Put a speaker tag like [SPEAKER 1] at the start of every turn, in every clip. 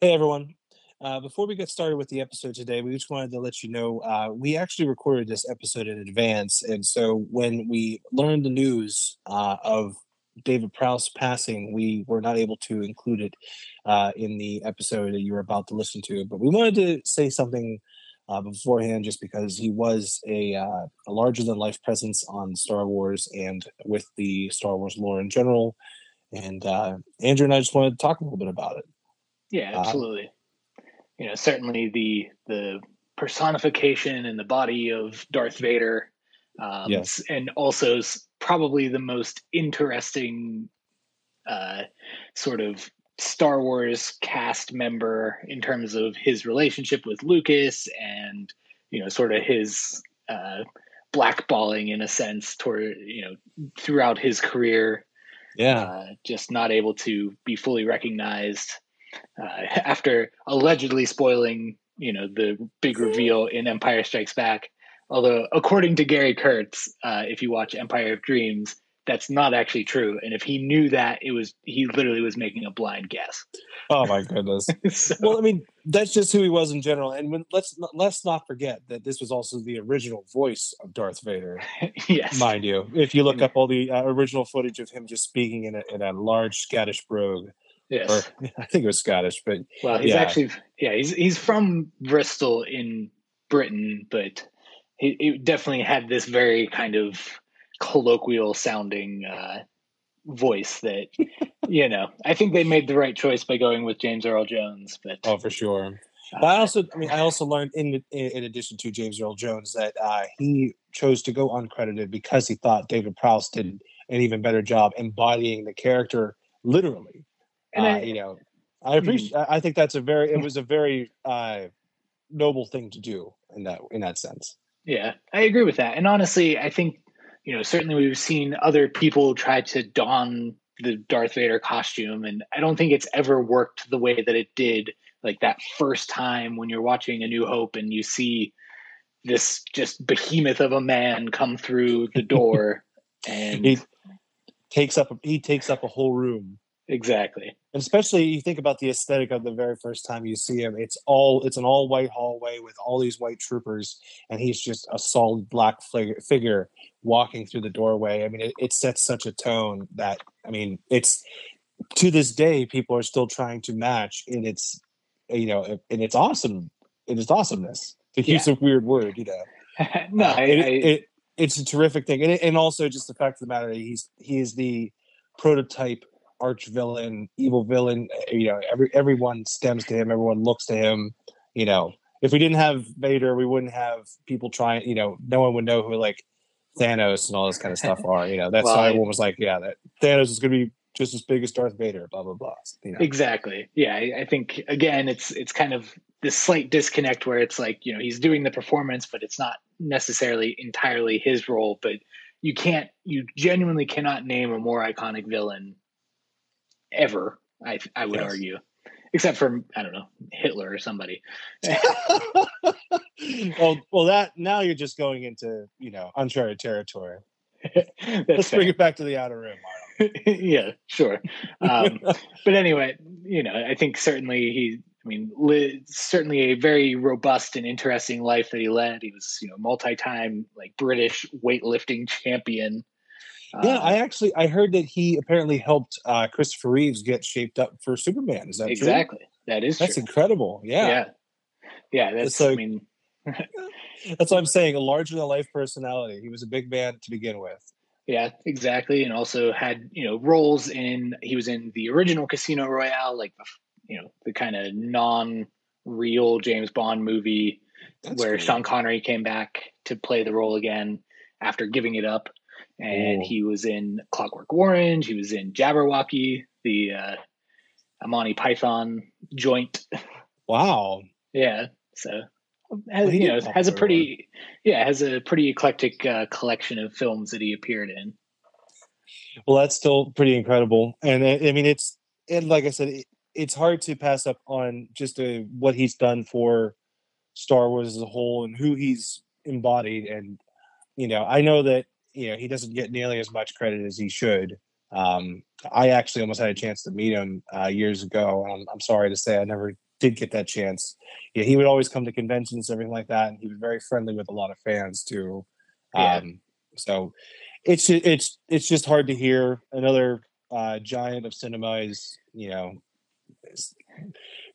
[SPEAKER 1] Hey everyone. Uh, before we get started with the episode today, we just wanted to let you know uh, we actually recorded this episode in advance. And so when we learned the news uh, of David Prowse passing, we were not able to include it uh, in the episode that you were about to listen to. But we wanted to say something uh, beforehand just because he was a, uh, a larger than life presence on Star Wars and with the Star Wars lore in general. And uh, Andrew and I just wanted to talk a little bit about it.
[SPEAKER 2] Yeah,
[SPEAKER 1] Uh,
[SPEAKER 2] absolutely. you know, certainly the the personification and the body of Darth Vader, um,
[SPEAKER 1] Yes.
[SPEAKER 2] and also s- probably the most interesting uh, sort of Star Wars cast member in terms of his relationship with Lucas and you know, sort of his uh, blackballing in a sense toward you know throughout his career
[SPEAKER 1] Yeah.
[SPEAKER 2] uh, just not able to be fully recognized uh, after allegedly spoiling, you know, the big reveal in Empire Strikes Back. Although, according to Gary Kurtz, uh, if you watch Empire of Dreams, that's not actually true. And if he knew that, it was he literally was making a blind guess.
[SPEAKER 1] Oh my goodness.
[SPEAKER 2] so,
[SPEAKER 1] well, I mean, that's just who he was in general. And when, let's not- let's not forget that this was also the original voice of Darth Vader,
[SPEAKER 2] yes,
[SPEAKER 1] mind you. If you look up all the uh, original footage of him just speaking in a, in a large Scottish brogue,
[SPEAKER 2] yes.
[SPEAKER 1] or I think it was Scottish, but
[SPEAKER 2] Well, he's
[SPEAKER 1] Yeah.
[SPEAKER 2] actually yeah, he's he's from Bristol in Britain, but he, he definitely had this very kind of colloquial sounding uh, voice that you know. I think they made the right choice by going with James Earl Jones, but
[SPEAKER 1] oh, for sure.
[SPEAKER 2] uh,
[SPEAKER 1] But I also, I mean, I also learned in in in addition to James Earl Jones that uh, he chose to go uncredited because he thought David Prowse did an even better job embodying the character literally.
[SPEAKER 2] and
[SPEAKER 1] uh,
[SPEAKER 2] I- Hmm.
[SPEAKER 1] you know, I appreciate. I I think that's a very. It was a very uh, noble thing to do in that in that sense.
[SPEAKER 2] Yeah, I agree with that. And honestly, I think, you know, certainly we've seen other people try to don the Darth Vader costume, and I don't think it's ever worked the way that it did, like that first time when you're watching A New Hope and you see this just behemoth of a man come through the door. and
[SPEAKER 1] He takes up. He takes up a whole room.
[SPEAKER 2] exactly.
[SPEAKER 1] And especially you think about the aesthetic of the very first time you see him. It's all. It's an all white hallway with all these white troopers, and he's just a solid black fig- figure walking through the doorway. I mean, it, it sets such a tone that I mean, it's to this day people are still trying to match in its you know in its awesome in its awesomeness to use a weird word you know
[SPEAKER 2] no,
[SPEAKER 1] Uh,
[SPEAKER 2] I,
[SPEAKER 1] it,
[SPEAKER 2] I,
[SPEAKER 1] it- it's a terrific thing and, it- and also just the fact of the matter that he's he is the prototype arch villain evil villain uh, you know every everyone stems to him everyone looks to him you know if we didn't have vader we wouldn't have people trying you know no one would know who like thanos and all this kind of stuff are you know that's
[SPEAKER 2] Well,
[SPEAKER 1] why
[SPEAKER 2] I-
[SPEAKER 1] everyone was like yeah that thanos is going to be just as big as darth vader blah blah blah you know
[SPEAKER 2] Exactly. Yeah, I, I think again, it's it's kind of this slight disconnect where it's like you know he's doing the performance, but it's not necessarily entirely his role. But you can't, you genuinely cannot name a more iconic villain ever. I I would
[SPEAKER 1] Yes.
[SPEAKER 2] argue, except for I don't know Hitler or somebody.
[SPEAKER 1] well, well, that now you're just going into you know uncharted territory.
[SPEAKER 2] That's
[SPEAKER 1] Let's bring
[SPEAKER 2] fair.
[SPEAKER 1] it back to the outer rim.
[SPEAKER 2] yeah, sure. Um,
[SPEAKER 1] Arnold.
[SPEAKER 2] but anyway, you know, I think certainly he, I mean, li- certainly a very robust and interesting life that he led. He was, you know, multi-time like British weightlifting champion.
[SPEAKER 1] yeah,
[SPEAKER 2] Uh,
[SPEAKER 1] I actually I heard that he apparently helped uh, Christopher Reeves get shaped up for Superman. Is that true?
[SPEAKER 2] exactly. That is
[SPEAKER 1] That's
[SPEAKER 2] true.
[SPEAKER 1] incredible. Yeah.
[SPEAKER 2] yeah, Yeah, That's, I
[SPEAKER 1] like-
[SPEAKER 2] mean,
[SPEAKER 1] that's what I'm saying. A larger than life personality. He was a big man to begin with.
[SPEAKER 2] yeah, exactly. And also had you know roles in. He was in the original Casino Royale, like the f- you know the kind of non-real James Bond movie.
[SPEAKER 1] That's
[SPEAKER 2] where
[SPEAKER 1] cool.
[SPEAKER 2] Sean Connery came back to play the role again after giving it up. And
[SPEAKER 1] Cool.
[SPEAKER 2] he was in Clockwork Orange. He was in Jabberwocky, the uh, Amani Python joint.
[SPEAKER 1] Wow.
[SPEAKER 2] Yeah, so
[SPEAKER 1] Well,
[SPEAKER 2] has,
[SPEAKER 1] he
[SPEAKER 2] you
[SPEAKER 1] did
[SPEAKER 2] know
[SPEAKER 1] Clockwork
[SPEAKER 2] has a pretty yeah has a pretty eclectic uh, collection of films that he appeared in.
[SPEAKER 1] Well, that's still pretty incredible. And uh, I, I mean, it's and like I said, it, it's hard to pass up on just uh what he's done for Star Wars as a whole and who he's embodied. And you know, I know that you know he doesn't get nearly as much credit as he should. Um, I actually almost had a chance to meet him uh, years ago, and I'm, I'm sorry to say I never
[SPEAKER 3] did get that chance, yeah, he would always come to conventions, everything like that, and he was very friendly with a lot of fans too.
[SPEAKER 4] Yeah.
[SPEAKER 3] Um, so it's ju- it's it's just hard to hear another uh, giant of cinema is you know is-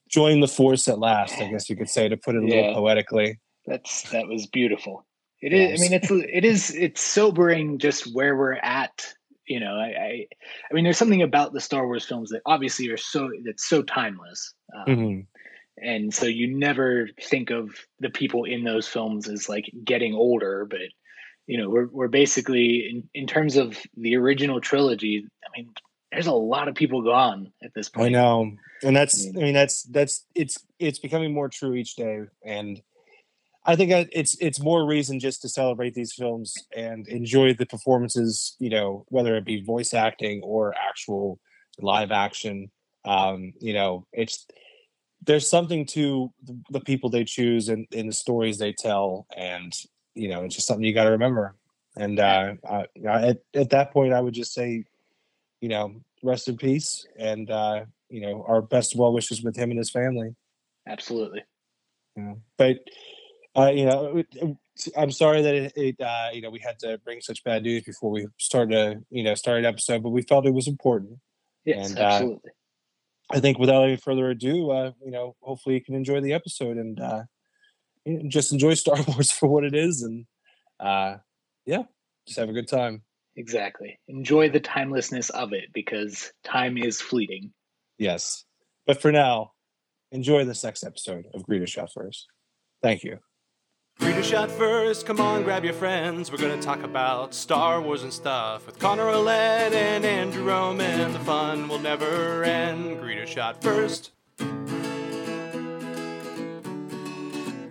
[SPEAKER 3] join the force at last. I guess you could say to put it a
[SPEAKER 4] Yeah.
[SPEAKER 3] little poetically.
[SPEAKER 4] That's that was beautiful. It
[SPEAKER 3] Yeah,
[SPEAKER 4] is.
[SPEAKER 3] it
[SPEAKER 4] I mean, it's it is. It's sobering just where we're at. You know, I, I, I mean, there's something about the Star Wars films that obviously are so that's so timeless, um,
[SPEAKER 3] Mhm.
[SPEAKER 4] and so you never think of the people in those films as like getting older. But you know, we're we're basically in in terms of the original trilogy. I mean, there's a lot of people gone at this point.
[SPEAKER 3] I know, and that's I
[SPEAKER 4] I
[SPEAKER 3] mean, that's that's it's it's becoming more true each day, and I think I- it's it's more reason just to celebrate these films and enjoy the performances. You know, whether it be voice acting or actual live action. Um, you know, it's there's something to the, the people they choose and in the stories they tell, and you know, it's just something you got to remember. And uh, I, I, at at that point, I would just say you know, rest in peace and uh, you know, our best well wishes with him and his family.
[SPEAKER 4] Absolutely.
[SPEAKER 3] You know? But uh, you know, it- it- I'm sorry that it, it uh, you know, we had to bring such bad news before we started a you know, started episode, but we felt it was important.
[SPEAKER 4] Yes,
[SPEAKER 3] And, uh,
[SPEAKER 4] absolutely.
[SPEAKER 3] I think without any further ado, uh, you know, hopefully you can enjoy the episode and uh you know, just enjoy Star Wars for what it is and uh yeah, just have a good time.
[SPEAKER 4] Exactly. Enjoy the timelessness of it because time is fleeting.
[SPEAKER 3] Yes. But for now, enjoy this next episode of Greeter Shot First. Thank you.
[SPEAKER 1] Reader shot first, come on, grab your friends. We're gonna talk about Star Wars and stuff with Connor Olette and Andrew Roman. The fun will never end. Greeter shot first.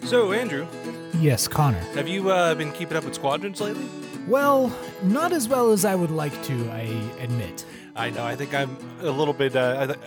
[SPEAKER 1] So, Andrew,
[SPEAKER 2] Yes, Connor.
[SPEAKER 1] have you uh, been keeping up with squadrons lately?
[SPEAKER 2] Well, not as well as I would like to, I admit.
[SPEAKER 1] I know. I think I'm a little bit, uh, I th-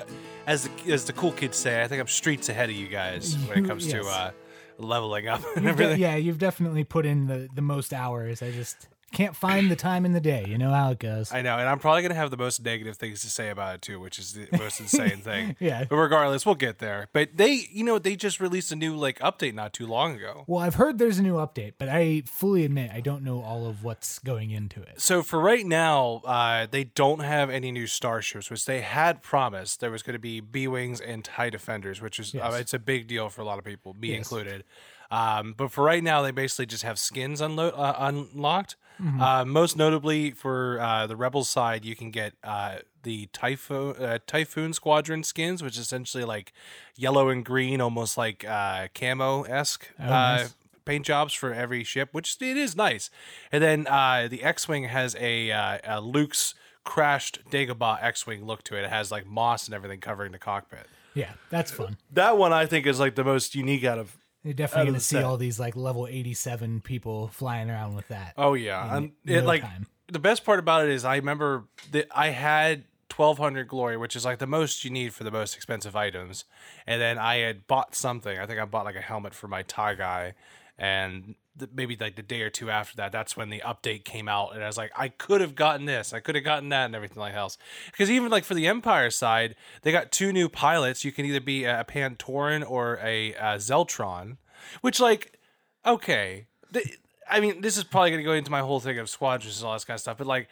[SPEAKER 1] as the, as the cool kids say, I think I'm streets ahead of you guys when it
[SPEAKER 2] You-
[SPEAKER 1] comes to
[SPEAKER 2] yes.
[SPEAKER 1] uh, leveling up and
[SPEAKER 2] You've de-
[SPEAKER 1] everything.
[SPEAKER 2] yeah, you've definitely put in the, the most hours. I just can't find the time in the day. You know how it goes.
[SPEAKER 1] I know, and I'm probably gonna have the most negative things to say about it too, which is the most insane thing.
[SPEAKER 2] Yeah.
[SPEAKER 1] But regardless, we'll get there. But they, you know, they just released a new like update not too long ago.
[SPEAKER 2] Well, I've heard there's a new update, but I fully admit I don't know all of what's going into it.
[SPEAKER 1] So for right now, uh, they don't have any new starships, which they had promised there was going to be B wings and tie defenders, which is uh,
[SPEAKER 2] Yes.
[SPEAKER 1] it's a big deal for a lot of people, me
[SPEAKER 2] Yes.
[SPEAKER 1] included. Um, but for right now, they basically just have skins unlo- uh, unlocked.
[SPEAKER 2] Mm-hmm.
[SPEAKER 1] Uh, most notably for uh, the rebel side, you can get uh, the typhoon uh, typhoon squadron skins, which is essentially like yellow and green, almost like uh, camo esque.
[SPEAKER 2] Oh,
[SPEAKER 1] uh,
[SPEAKER 2] nice.
[SPEAKER 1] paint jobs for every ship, which it is nice. And then uh, the X-wing has a, uh, a Luke's crashed Dagobah X-wing look to it. It has like moss and everything covering the cockpit.
[SPEAKER 2] Yeah, that's fun.
[SPEAKER 1] That one I think is like the most unique out of.
[SPEAKER 2] You're
[SPEAKER 1] Out of
[SPEAKER 2] definitely going
[SPEAKER 1] the
[SPEAKER 2] to see
[SPEAKER 1] set.
[SPEAKER 2] all these like level 87 people flying around with that.
[SPEAKER 1] Oh yeah, and
[SPEAKER 2] In
[SPEAKER 1] it
[SPEAKER 2] no
[SPEAKER 1] like
[SPEAKER 2] time.
[SPEAKER 1] the best part about it is I remember that I had. 1200 glory which is like the most you need for the most expensive items and then i had bought something i think i bought like a helmet for my tie guy and th- maybe like the day or two after that that's when the update came out and i was like i could have gotten this i could have gotten that and everything like else because even like for the empire side they got two new pilots you can either be a pantoran or a, uh zeltron which like okay Th- i mean this is probably going to go into my whole thing of squadrons and all this kind of stuff but like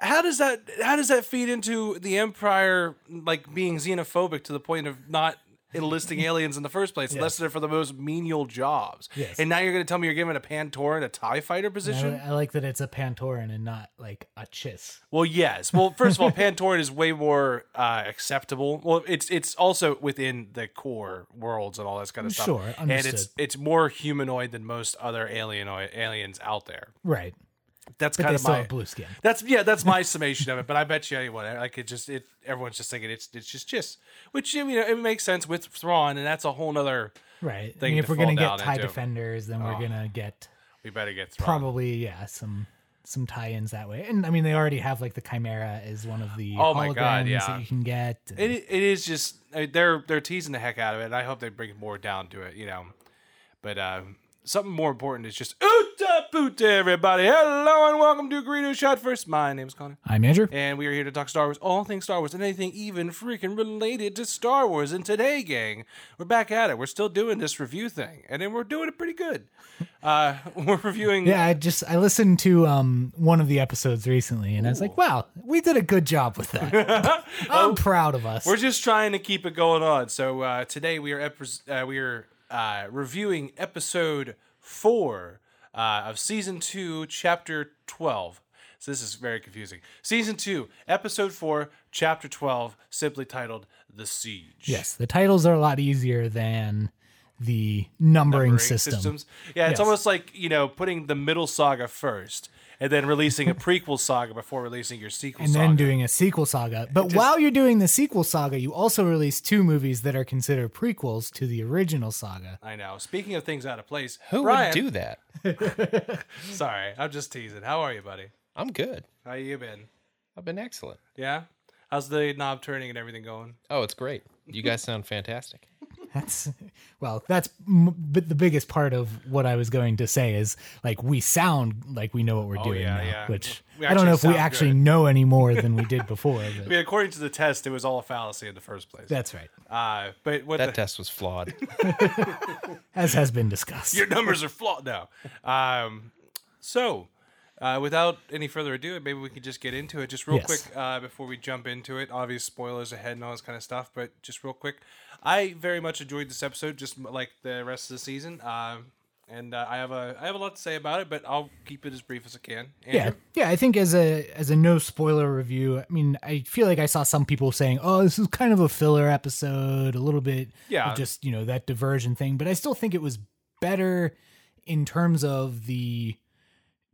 [SPEAKER 1] how does that how does that feed into the empire like being xenophobic to the point of not enlisting aliens in the first place unless they're for the most menial jobs
[SPEAKER 2] Yes.
[SPEAKER 1] and now you're going to tell me you're giving a Pantoran a TIE fighter
[SPEAKER 2] And
[SPEAKER 1] position?
[SPEAKER 2] I, I like that it's a Pantoran and not like a Chiss.
[SPEAKER 1] Well, yes. Well, first of all, Pantoran is way more uh, acceptable. Well, it's it's also within the core worlds and all that kind of stuff.
[SPEAKER 2] Sure,
[SPEAKER 1] and it's
[SPEAKER 2] understood.
[SPEAKER 1] it's more humanoid than most other alienoid aliens out there.
[SPEAKER 2] Right.
[SPEAKER 1] That's
[SPEAKER 2] But
[SPEAKER 1] kind
[SPEAKER 2] they
[SPEAKER 1] of
[SPEAKER 2] still
[SPEAKER 1] my
[SPEAKER 2] have blue skin.
[SPEAKER 1] that's yeah that's my summation of it. But I bet you anyone like it just it everyone's just thinking it's it's just just which you know it makes sense with Thrawn and that's a whole nother.
[SPEAKER 2] Right. I
[SPEAKER 1] thing
[SPEAKER 2] mean,
[SPEAKER 1] to
[SPEAKER 2] if we're
[SPEAKER 1] fall
[SPEAKER 2] going to
[SPEAKER 1] down
[SPEAKER 2] get tie
[SPEAKER 1] into.
[SPEAKER 2] defenders, then we're
[SPEAKER 1] Oh.
[SPEAKER 2] going to get
[SPEAKER 1] We better get Thrawn.
[SPEAKER 2] probably, yeah, some some tie-ins that way. And I mean, they already have like the Chimera is one of the
[SPEAKER 1] Oh
[SPEAKER 2] oh
[SPEAKER 1] my
[SPEAKER 2] holograms
[SPEAKER 1] God, yeah.
[SPEAKER 2] that you can get.
[SPEAKER 1] It it is just uh, they're they're teasing the heck out of it, and I hope they bring more down to it, you know. But uh, something more important is just Uta Boot to everybody. Hello and welcome to Greedo Shot First. My name is Connor.
[SPEAKER 2] I'm Andrew.
[SPEAKER 1] And we are here to talk Star Wars, all things Star Wars, and anything even freaking related to Star Wars. And today, gang, we're back at it. We're still doing this review thing, and then we're doing it pretty good. Uh, we're reviewing.
[SPEAKER 2] Yeah, I just I listened to um one of the episodes recently, and I was like, wow, we did a good job with that. I'm proud of us.
[SPEAKER 1] Oh, We're just trying to keep it going on. So uh, today we are epis uh, we are uh, reviewing episode four uh, of season two, chapter twelve. So this is very confusing. Season two, episode four, chapter twelve, simply titled "The Siege."
[SPEAKER 2] Yes, the titles are a lot easier than the numbering,
[SPEAKER 1] Numbering
[SPEAKER 2] system.
[SPEAKER 1] systems. Yeah, it's
[SPEAKER 2] Yes.
[SPEAKER 1] almost like you know putting the middle saga first, and then releasing a prequel saga before releasing your sequel.
[SPEAKER 2] and
[SPEAKER 1] saga.
[SPEAKER 2] then doing a sequel saga. But while you're doing the sequel saga, you also release two movies that are considered prequels to the original saga.
[SPEAKER 1] I know. Speaking of things out of place,
[SPEAKER 5] Who
[SPEAKER 1] Brian,
[SPEAKER 5] would do that?
[SPEAKER 1] Sorry, I'm just teasing. How are you, buddy?
[SPEAKER 5] I'm good.
[SPEAKER 1] How you been?
[SPEAKER 5] I've been excellent.
[SPEAKER 1] Yeah. How's the knob turning and everything going?
[SPEAKER 5] Oh, it's great. You guys sound fantastic.
[SPEAKER 2] That's well, that's m- but the biggest part of what I was going to say is like we sound like we know what we're doing
[SPEAKER 1] Oh, yeah,
[SPEAKER 2] now,
[SPEAKER 1] yeah.
[SPEAKER 2] which
[SPEAKER 1] We
[SPEAKER 2] I don't know if
[SPEAKER 1] actually
[SPEAKER 2] we
[SPEAKER 1] sound
[SPEAKER 2] actually
[SPEAKER 1] good.
[SPEAKER 2] know any more than we did before.
[SPEAKER 1] I
[SPEAKER 2] But
[SPEAKER 1] mean, according to the test, it was all a fallacy in the first place.
[SPEAKER 2] that's right,
[SPEAKER 1] Uh, but what
[SPEAKER 5] That
[SPEAKER 1] the,
[SPEAKER 5] test was flawed.
[SPEAKER 2] as has been discussed.
[SPEAKER 1] your numbers are flawed now. Um, so, uh, without any further ado, maybe we could just get into it. Just real
[SPEAKER 2] Yes.
[SPEAKER 1] quick uh, before we jump into it, obvious spoilers ahead and all this kind of stuff. But just real quick, I very much enjoyed this episode, just like the rest of the season. Um and uh, I have a I have a lot to say about it, but I'll keep it as brief as I can.
[SPEAKER 2] yeah
[SPEAKER 1] Andrew?
[SPEAKER 2] yeah i think as a as a no spoiler review i mean i feel like i saw some people saying oh this is kind of a filler episode a little bit of
[SPEAKER 1] Yeah.
[SPEAKER 2] just you know that diversion thing but i still think it was better in terms of the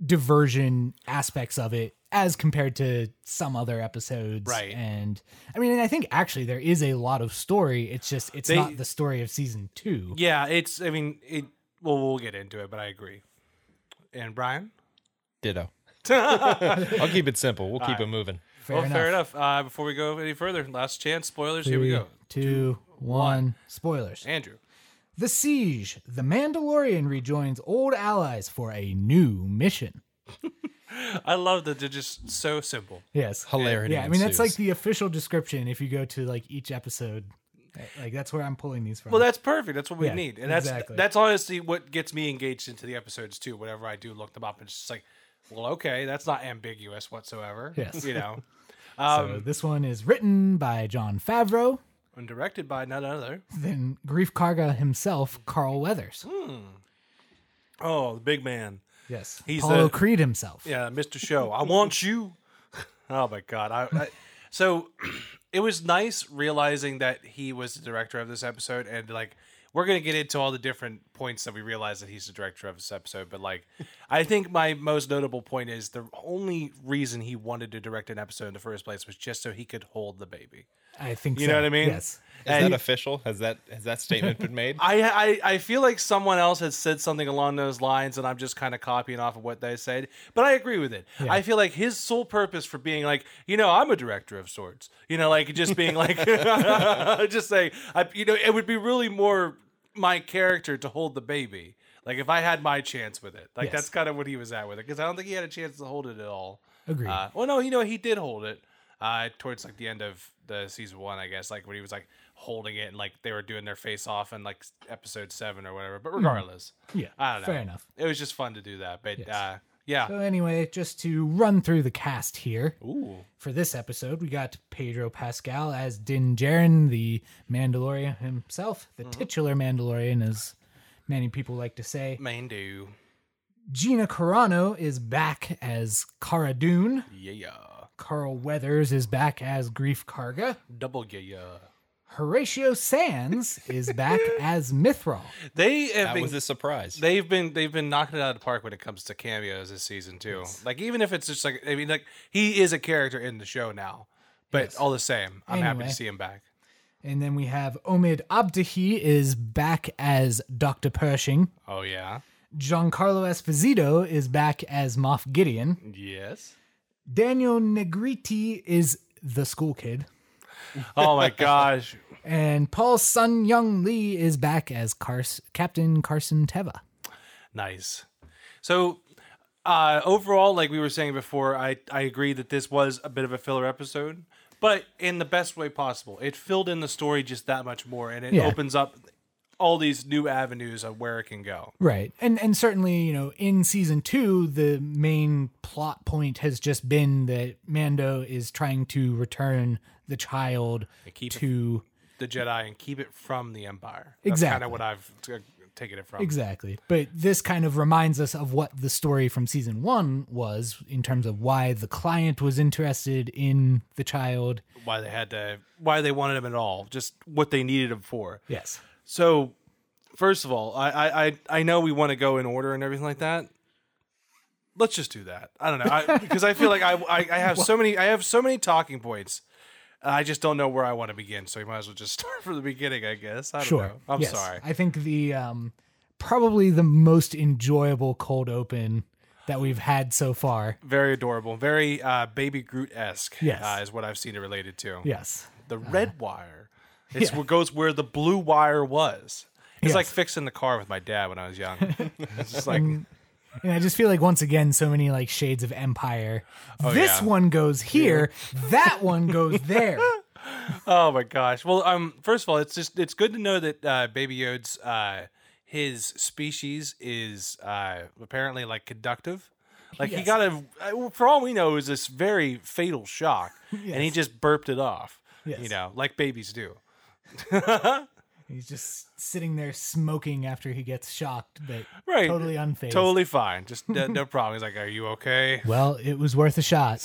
[SPEAKER 2] diversion aspects of it as compared to some other episodes
[SPEAKER 1] Right.
[SPEAKER 2] and i mean and i think actually there is a lot of story it's just it's
[SPEAKER 1] They-
[SPEAKER 2] not the story of season two
[SPEAKER 1] yeah. It's I mean it. Well, we'll get into it, but I agree. And Brian.
[SPEAKER 5] Ditto. I'll keep it simple. We'll keep it moving.
[SPEAKER 2] fair
[SPEAKER 1] well,
[SPEAKER 2] enough
[SPEAKER 1] fair enough. Uh, before we go any further, last chance spoilers. Here we
[SPEAKER 2] Three,
[SPEAKER 1] go.
[SPEAKER 2] two, one. spoilers
[SPEAKER 1] Andrew.
[SPEAKER 2] The Siege. The Mandalorian rejoins old allies for a new mission.
[SPEAKER 1] I love that they're just so simple.
[SPEAKER 2] Yes.
[SPEAKER 5] Hilarity.
[SPEAKER 2] Yeah, I mean that's like
[SPEAKER 5] ensues.
[SPEAKER 2] the official description if you go to like each episode. Like that's where I'm pulling these from.
[SPEAKER 1] Well, that's perfect. That's what we
[SPEAKER 2] Yeah,
[SPEAKER 1] need, and that's
[SPEAKER 2] exactly.
[SPEAKER 1] that's honestly what gets me engaged into the episodes too. Whenever I do look them up, it's just like, well, okay, that's not ambiguous whatsoever.
[SPEAKER 2] Yes.
[SPEAKER 1] you know,
[SPEAKER 2] so
[SPEAKER 1] Um,
[SPEAKER 2] this one is written by John Favreau,
[SPEAKER 1] and directed by none other.
[SPEAKER 2] then Grief Karga himself, Carl Weathers.
[SPEAKER 1] Hmm. Oh, the big man.
[SPEAKER 2] Yes.
[SPEAKER 1] He's
[SPEAKER 2] Apollo
[SPEAKER 1] the-
[SPEAKER 2] Creed himself.
[SPEAKER 1] Yeah, Mr. Show. I want you. Oh my god. I, I so it was nice realizing that he was the director of this episode and like we're going to get into all the different points that we realize that he's the director of this episode, but like I think my most notable point is the only reason he wanted to direct an episode in the first place was just so he could hold the baby.
[SPEAKER 2] I think
[SPEAKER 1] You
[SPEAKER 2] so.
[SPEAKER 1] know what I mean?
[SPEAKER 2] Yes.
[SPEAKER 5] Is
[SPEAKER 1] And-
[SPEAKER 5] that official? Has that has that statement been made?
[SPEAKER 1] I, I I feel like someone else had said something along those lines, and I'm just kind of copying off of what they said. But I agree with it. I feel like his sole purpose for being like, you know, I'm a director of sorts. You know, like just being like, just saying, I, you know, it would be really more my character to hold the baby. Like if I had my chance with it, like
[SPEAKER 2] Yes.
[SPEAKER 1] that's kind of what he was at with it, because I don't think he had a chance to hold it at all.
[SPEAKER 2] Agreed.
[SPEAKER 1] Uh, well, no, you know, he did hold it uh, towards like the end of the season one, I guess, like when he was like holding it and like they were doing their face off in like episode seven or whatever.
[SPEAKER 2] Hmm.
[SPEAKER 1] But regardless,
[SPEAKER 2] yeah.
[SPEAKER 1] I don't know.
[SPEAKER 2] Fair enough.
[SPEAKER 1] It was just fun to do that. But
[SPEAKER 2] Yes.
[SPEAKER 1] uh, yeah.
[SPEAKER 2] So anyway, just to run through the cast here.
[SPEAKER 1] Ooh.
[SPEAKER 2] for this episode, we got Pedro Pascal as Din Djarin, the Mandalorian himself, the titular Mandalorian, as many people like to say.
[SPEAKER 1] Main do.
[SPEAKER 2] Gina Carano is back as Cara Dune.
[SPEAKER 1] Yeah.
[SPEAKER 2] Carl Weathers is back as Grief Karga.
[SPEAKER 1] Double yeah.
[SPEAKER 2] Horatio Sands is back as Mithril.
[SPEAKER 1] They have
[SPEAKER 5] That
[SPEAKER 1] been.
[SPEAKER 5] was a surprise.
[SPEAKER 1] They've been they've been knocking it out of the park when it comes to cameos this season too. Like even if it's just like I mean like he is a character in the show now, but all the same, I'm happy
[SPEAKER 2] Anyway.
[SPEAKER 1] to see him back.
[SPEAKER 2] And then we have Omid Abdehi is back as Dr. Pershing.
[SPEAKER 1] Oh yeah,
[SPEAKER 2] Giancarlo Esposito is back as Moff Gideon.
[SPEAKER 1] yes.
[SPEAKER 2] Daniel Negriti is the school kid.
[SPEAKER 1] Oh my gosh,
[SPEAKER 2] And Paul Sun Young Lee is back as Cars- Captain Carson Teva.
[SPEAKER 1] Nice. So uh, overall, like we were saying before, I, I agree that this was a bit of a filler episode, but in the best way possible. It filled in the story just that much more, and it
[SPEAKER 2] Yeah.
[SPEAKER 1] opens up all these new avenues of where it can go.
[SPEAKER 2] Right. And and certainly, you know, in season 2, the main plot point has just been that Mando is trying to return the child
[SPEAKER 1] And keep it-
[SPEAKER 2] to
[SPEAKER 1] The Jedi and keep it from the Empire. That's Kind
[SPEAKER 2] Exactly.
[SPEAKER 1] of what I've t- taken it from.
[SPEAKER 2] Exactly. But this kind of reminds us of what the story from season 1 was in terms of why the client was interested in the child.
[SPEAKER 1] Why they had to, why they wanted him at all, just what they needed him for.
[SPEAKER 2] Yes.
[SPEAKER 1] So, first of all, I I I, I know we want to go in order and everything like that. Let's just do that. I don't know I, because I feel like I, I I have so many I have so many talking points. and I just don't know where I want to begin, so you might as well just start from the beginning, I guess. I don't
[SPEAKER 2] sure.
[SPEAKER 1] know. I'm
[SPEAKER 2] Yes.
[SPEAKER 1] sorry.
[SPEAKER 2] I think the um probably the most enjoyable cold open that we've had so far.
[SPEAKER 1] Very adorable, very uh, baby Groot esque.
[SPEAKER 2] Yes. Uh-huh.
[SPEAKER 1] uh, is what I've seen it related to.
[SPEAKER 2] Yes.
[SPEAKER 1] the red wire. It's what goes where the blue wire was. It's
[SPEAKER 2] Yes.
[SPEAKER 1] like fixing the car with my dad when I was young. it's just like
[SPEAKER 2] And I just feel like once again, so many like shades of empire. this
[SPEAKER 1] Oh, yeah.
[SPEAKER 2] one goes here, that one goes there.
[SPEAKER 1] Oh my gosh. Well, um, first of all, it's just it's good to know that uh, Baby Yoda's uh, his species is uh, apparently like conductive. Like he
[SPEAKER 2] Yes.
[SPEAKER 1] got a, uh, for all we know, is this very fatal shock, and he
[SPEAKER 2] Yes.
[SPEAKER 1] just burped it off. You
[SPEAKER 2] Yes.
[SPEAKER 1] know, like babies do.
[SPEAKER 2] He's just sitting there smoking after he gets shocked, but
[SPEAKER 1] Right.
[SPEAKER 2] totally unfazed.
[SPEAKER 1] Totally fine. Just no, no problem. He's like, "Are you okay?"
[SPEAKER 2] Well, it was worth a shot.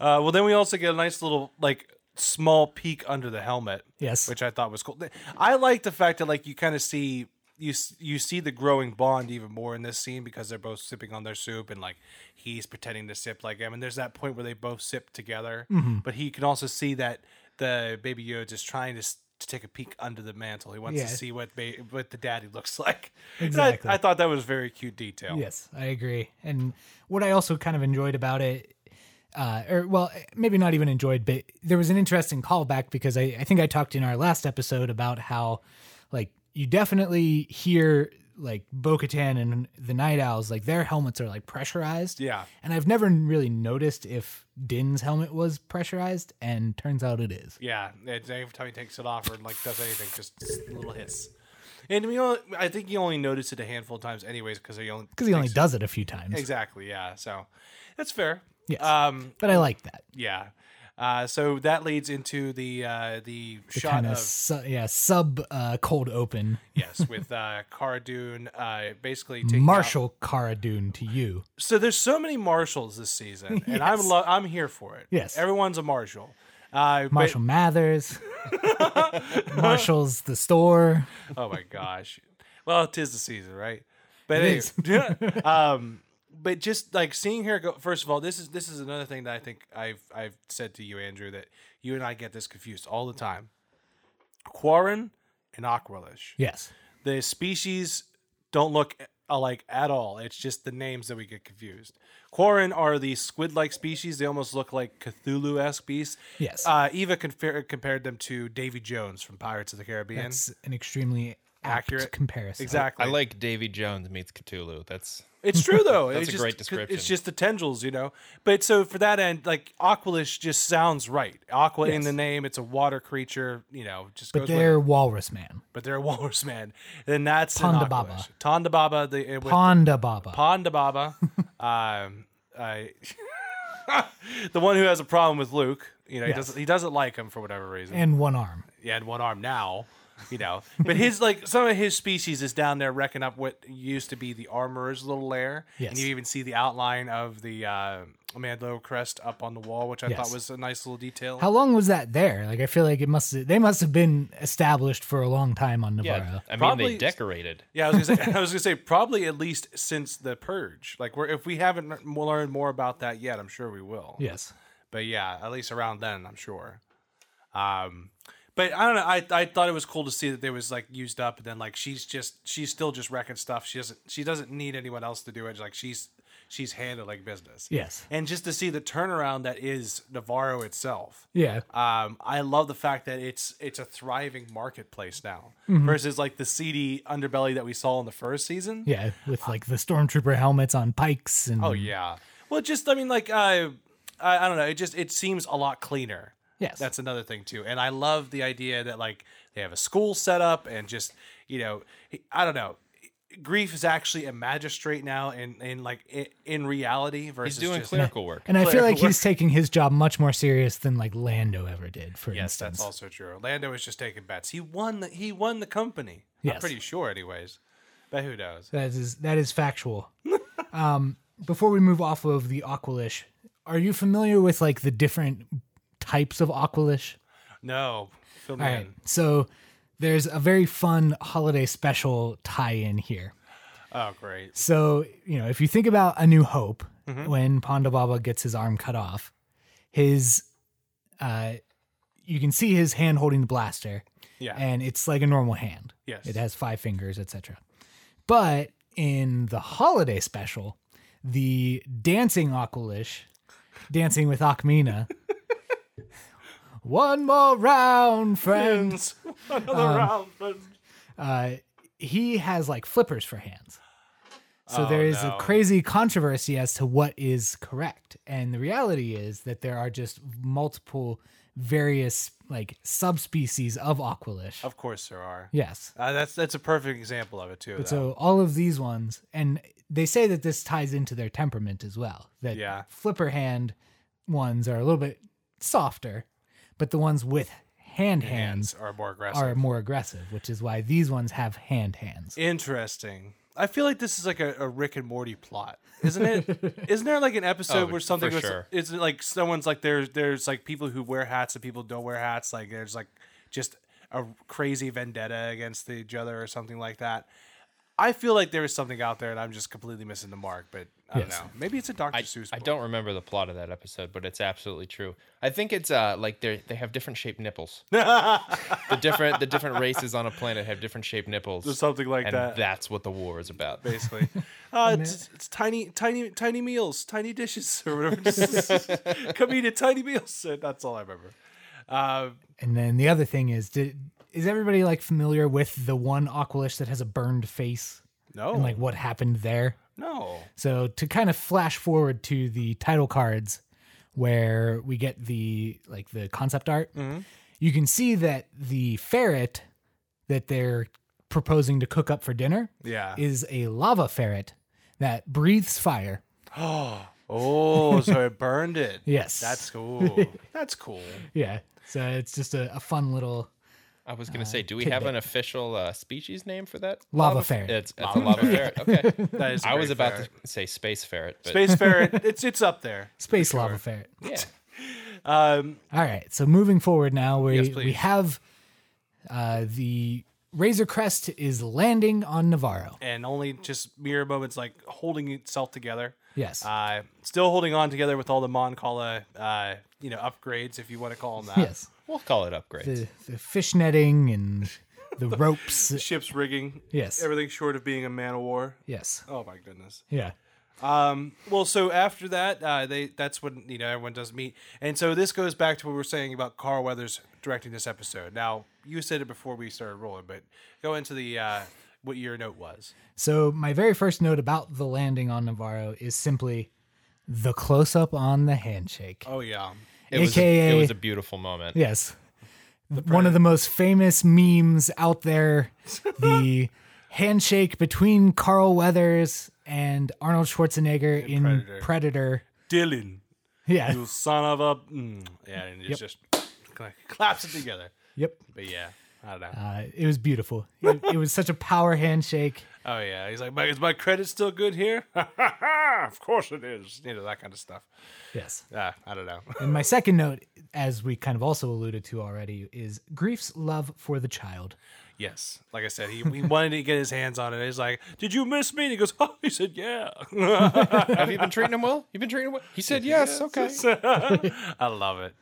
[SPEAKER 1] Uh, well, then we also get a nice little like small peek under the helmet.
[SPEAKER 2] Yes.
[SPEAKER 1] which I thought was cool. Th- I like the fact that like you kind of see you s- you see the growing bond even more in this scene because they're both sipping on their soup and like he's pretending to sip like him, and there's that point where they both sip together.
[SPEAKER 2] Mm-hmm.
[SPEAKER 1] But he can also see that the baby Yoda is trying to. s- To take a peek under the mantle, he wants to
[SPEAKER 2] Yeah.
[SPEAKER 1] see what ba- what the daddy looks like. And I-
[SPEAKER 2] Exactly.
[SPEAKER 1] I, thought that was very cute detail.
[SPEAKER 2] Yes, I agree. And what I also kind of enjoyed about it, uh, or well, maybe not even enjoyed, but there was an interesting callback because I, I think I talked in our last episode about how, like, you definitely hear like Bo Katan and the Night Owls, like, their helmets are like pressurized.
[SPEAKER 1] Yeah.
[SPEAKER 2] And I've never really noticed if Din's helmet was pressurized, and turns out it is.
[SPEAKER 1] Yeah, and every time he takes it off or like does anything, just a little hiss. And we only, I think you only notice it a handful of times, anyways, because he only
[SPEAKER 2] Because he only
[SPEAKER 1] takes-
[SPEAKER 2] does it a few times.
[SPEAKER 1] exactly yeah. So that's fair.
[SPEAKER 2] Yes.
[SPEAKER 1] Um.
[SPEAKER 2] But I like that.
[SPEAKER 1] Yeah. Uh, so that leads into the uh, the,
[SPEAKER 2] The
[SPEAKER 1] shot
[SPEAKER 2] kind
[SPEAKER 1] of
[SPEAKER 2] of su- yeah sub uh, cold open
[SPEAKER 1] yes with uh, Cara Dune uh, basically taking out-
[SPEAKER 2] Marshall Cara Dune to you.
[SPEAKER 1] So there's so many marshals this season, and I'm lo- I'm here for it.
[SPEAKER 2] Yes.
[SPEAKER 1] everyone's a marshal. Uh, but-
[SPEAKER 2] Marshall Mathers, Marshall's the store.
[SPEAKER 1] oh my gosh. Well, it is the season, right? But anyway,
[SPEAKER 2] It
[SPEAKER 1] um, but just like seeing her go. First of all, this is this is another thing that I think I've I've said to you, Andrew, that you and I get this confused all the time. Quarren and Aqualish,
[SPEAKER 2] Yes,
[SPEAKER 1] the species don't look uh, alike at all. It's just the names that we get confused. Quarren are the squid-like species. They almost look like Cthulhu-esque beasts.
[SPEAKER 2] yes.
[SPEAKER 1] Uh, Eva confer- compared them to Davy Jones from Pirates of the Caribbean.
[SPEAKER 2] That's an extremely apt
[SPEAKER 1] Accurate.
[SPEAKER 2] comparison.
[SPEAKER 1] exactly.
[SPEAKER 5] I like Davy Jones meets Cthulhu. That's
[SPEAKER 1] It's true though.
[SPEAKER 5] That's
[SPEAKER 1] it's
[SPEAKER 5] a
[SPEAKER 1] just,
[SPEAKER 5] great description.
[SPEAKER 1] It's just the tendrils, you know. But so for that end, like Aqualish just sounds right. Aqua in
[SPEAKER 2] Yes.
[SPEAKER 1] the name. It's a water creature, you know. Just
[SPEAKER 2] But
[SPEAKER 1] goes with it.
[SPEAKER 2] they're Walrus Man,
[SPEAKER 1] but they're a walrus man. And that's
[SPEAKER 2] Ponda
[SPEAKER 1] Ponda
[SPEAKER 2] Baba.
[SPEAKER 1] Baba. Tonda Baba. The uh, with
[SPEAKER 2] Ponda Baba.
[SPEAKER 1] Ponda Baba. um, I, the one who has a problem with Luke. You know, he
[SPEAKER 2] Yes.
[SPEAKER 1] doesn't. He doesn't like him for whatever reason.
[SPEAKER 2] and one arm.
[SPEAKER 1] he had one arm now, you know. But his like some of his species is down there wrecking up what used to be the armorer's little lair. And
[SPEAKER 2] Yes.
[SPEAKER 1] you even see the outline of the uh Mandlo crest up on the wall, which I
[SPEAKER 2] Yes.
[SPEAKER 1] thought was a nice little detail.
[SPEAKER 2] How long was that there? Like I feel like it must they must have been established for a long time on
[SPEAKER 5] yeah.
[SPEAKER 2] Navarro.
[SPEAKER 5] I mean,
[SPEAKER 1] Probably-
[SPEAKER 5] they decorated.
[SPEAKER 1] yeah, I was gonna say I was gonna say probably at least since the purge. Like we're if we haven't lear- learned more about that yet, I'm sure we will.
[SPEAKER 2] Yes.
[SPEAKER 1] but yeah, at least around then, I'm sure. Um, but I don't know. I, I thought it was cool to see that they was like used up, and then like she's just she's still just wrecking stuff. She doesn't she doesn't need anyone else to do it. Like she's she's handled like business.
[SPEAKER 2] Yes.
[SPEAKER 1] And just to see the turnaround that is Navarro itself.
[SPEAKER 2] Yeah.
[SPEAKER 1] Um, I love the fact that it's it's a thriving marketplace now versus like the seedy underbelly that we saw in the first season.
[SPEAKER 2] Yeah. With like the stormtrooper helmets on pikes and
[SPEAKER 1] Oh yeah. Well, just I mean, like uh, I I don't know. It just it seems a lot cleaner.
[SPEAKER 2] Yes.
[SPEAKER 1] That's another thing too. And I love the idea that like they have a school set up and just you know he- I don't know. Grief is actually a magistrate now, in in like i- in reality versus
[SPEAKER 5] He's doing
[SPEAKER 1] just-
[SPEAKER 5] clerical work.
[SPEAKER 2] And I feel like
[SPEAKER 1] Claire.
[SPEAKER 2] he's taking his job much more serious than like Lando ever did, for
[SPEAKER 1] Yes,
[SPEAKER 2] instance.
[SPEAKER 1] that's also true. Orlando is just taking bets. He won. The, he won the company. I'm
[SPEAKER 2] Yes.
[SPEAKER 1] pretty sure, anyways. But who knows?
[SPEAKER 2] That is that is factual. um, before we move off of the Aqualish, are you familiar with like the different types of Aqualish?
[SPEAKER 1] No. Fill me
[SPEAKER 2] All right,
[SPEAKER 1] in.
[SPEAKER 2] So there's a very fun holiday special tie-in here.
[SPEAKER 1] Oh, great.
[SPEAKER 2] So, you know, if you think about A New Hope, when Ponda Baba gets his arm cut off, his uh you can see his hand holding the blaster.
[SPEAKER 1] Yeah.
[SPEAKER 2] And it's like a normal hand.
[SPEAKER 1] Yes.
[SPEAKER 2] It has five fingers, etc. But in the holiday special, the dancing Aqualish, dancing with Akmina. One more round, friends. Um,
[SPEAKER 1] Another round. but-
[SPEAKER 2] Uh, he has like flippers for hands. So
[SPEAKER 1] Oh,
[SPEAKER 2] there is
[SPEAKER 1] no.
[SPEAKER 2] a crazy controversy as to what is correct. And the reality is that there are just multiple various like subspecies of Aqualish.
[SPEAKER 1] Of course, there are.
[SPEAKER 2] Yes.
[SPEAKER 1] Uh, that's that's a perfect example of it too.
[SPEAKER 2] But
[SPEAKER 1] though.
[SPEAKER 2] so all of these ones, and they say that this ties into their temperament as well. That
[SPEAKER 1] Yeah.
[SPEAKER 2] flipper hand ones are a little bit softer, but the ones with hand hands,
[SPEAKER 1] hands are more aggressive.
[SPEAKER 2] are more aggressive, which is why these ones have hand hands.
[SPEAKER 1] Interesting. I feel like this is like a, a Rick and Morty plot, isn't it? isn't there like an episode
[SPEAKER 5] Oh,
[SPEAKER 1] where something
[SPEAKER 5] for
[SPEAKER 1] was,
[SPEAKER 5] sure.
[SPEAKER 1] is it like someone's like there's there's like people who wear hats and people don't wear hats. Like there's like just a crazy vendetta against each other or something like that. I feel like there is something out there and I'm just completely missing the mark. But I
[SPEAKER 2] Yes.
[SPEAKER 1] don't know. Maybe it's a Doctor
[SPEAKER 5] I,
[SPEAKER 1] Seuss.
[SPEAKER 5] I
[SPEAKER 1] book.
[SPEAKER 5] don't remember the plot of that episode, but it's absolutely true. I think it's uh like they they have different shaped nipples. the different the different races on a planet have different shaped nipples.
[SPEAKER 1] There's something like
[SPEAKER 5] and
[SPEAKER 1] that.
[SPEAKER 5] that's what the war is about.
[SPEAKER 1] basically. Uh, it's, it's tiny, tiny, tiny meals, tiny dishes, or whatever. Come eat at tiny meals. Uh, That's all I remember. Uh,
[SPEAKER 2] And then the other thing is, did, is everybody like familiar with the one Aqualish that has a burned face
[SPEAKER 1] no,
[SPEAKER 2] and like what happened there?
[SPEAKER 1] no.
[SPEAKER 2] So to kind of flash forward to the title cards where we get the like the concept art,
[SPEAKER 1] Mm-hmm.
[SPEAKER 2] you can see that the ferret that they're proposing to cook up for dinner
[SPEAKER 1] Yeah.
[SPEAKER 2] is a lava ferret that breathes fire.
[SPEAKER 1] oh, so it burned it.
[SPEAKER 2] Yes.
[SPEAKER 1] That's cool. That's cool.
[SPEAKER 2] Yeah. So it's just a, a fun little
[SPEAKER 5] I was gonna say, do we have an official uh, species name for that?
[SPEAKER 2] Lava
[SPEAKER 5] f-
[SPEAKER 2] ferret.
[SPEAKER 5] It's, it's a lava ferret. Okay.
[SPEAKER 1] That is. a
[SPEAKER 5] I
[SPEAKER 1] great
[SPEAKER 5] was about
[SPEAKER 1] ferret.
[SPEAKER 5] to say space ferret, but
[SPEAKER 1] space ferret. It's it's up there.
[SPEAKER 2] space lava ferret.
[SPEAKER 5] yeah.
[SPEAKER 1] Um,
[SPEAKER 2] All right. So moving forward now, we
[SPEAKER 1] Yes,
[SPEAKER 2] we
[SPEAKER 1] please.
[SPEAKER 2] have uh, the Razor Crest is landing on Navarro.
[SPEAKER 1] and only just mirror moments, like holding itself together.
[SPEAKER 2] Yes.
[SPEAKER 1] Uh, still holding on together with all the Mon Cala, uh, you know, upgrades, if you want to call them that.
[SPEAKER 2] yes.
[SPEAKER 5] We'll call it upgrades.
[SPEAKER 2] The, the fish netting and the ropes.
[SPEAKER 1] Ship's rigging.
[SPEAKER 2] Yes.
[SPEAKER 1] Everything short of being a man of war.
[SPEAKER 2] Yes.
[SPEAKER 1] Oh my goodness.
[SPEAKER 2] Yeah.
[SPEAKER 1] Um, well, so after that, uh, they that's when you know everyone does meet, and so this goes back to what we were saying about Carl Weathers directing this episode. Now you said it before we started rolling, but go into the uh, what your note was.
[SPEAKER 2] So my very first note about the landing on Navarro is simply the close up on the handshake.
[SPEAKER 1] Oh yeah,
[SPEAKER 5] it was a,
[SPEAKER 2] AKA
[SPEAKER 5] it was a beautiful moment.
[SPEAKER 2] Yes. One of the most famous memes out there. The handshake between Carl Weathers and Arnold Schwarzenegger in Predator.
[SPEAKER 1] Predator. Dylan,
[SPEAKER 2] Yeah.
[SPEAKER 1] you son of a mm. yeah, and it just cla- claps it together.
[SPEAKER 2] Yep.
[SPEAKER 1] But yeah, I don't know.
[SPEAKER 2] Uh, it was beautiful. It, it was such a power handshake.
[SPEAKER 1] oh yeah, he's like, "My- is my credit still good here? of course it is. You know that kind of stuff.
[SPEAKER 2] Yes.
[SPEAKER 1] Uh, I don't know.
[SPEAKER 2] And my second note, as we kind of also alluded to already, is grief's love for the child.
[SPEAKER 1] Yes, like I said, he, he wanted to get his hands on it. He's like, "Did you miss me?" And he goes, "Oh," he said, "Yeah."
[SPEAKER 5] Have you been treating him well? You've been treating him well? He said yes. Okay.
[SPEAKER 1] I love it.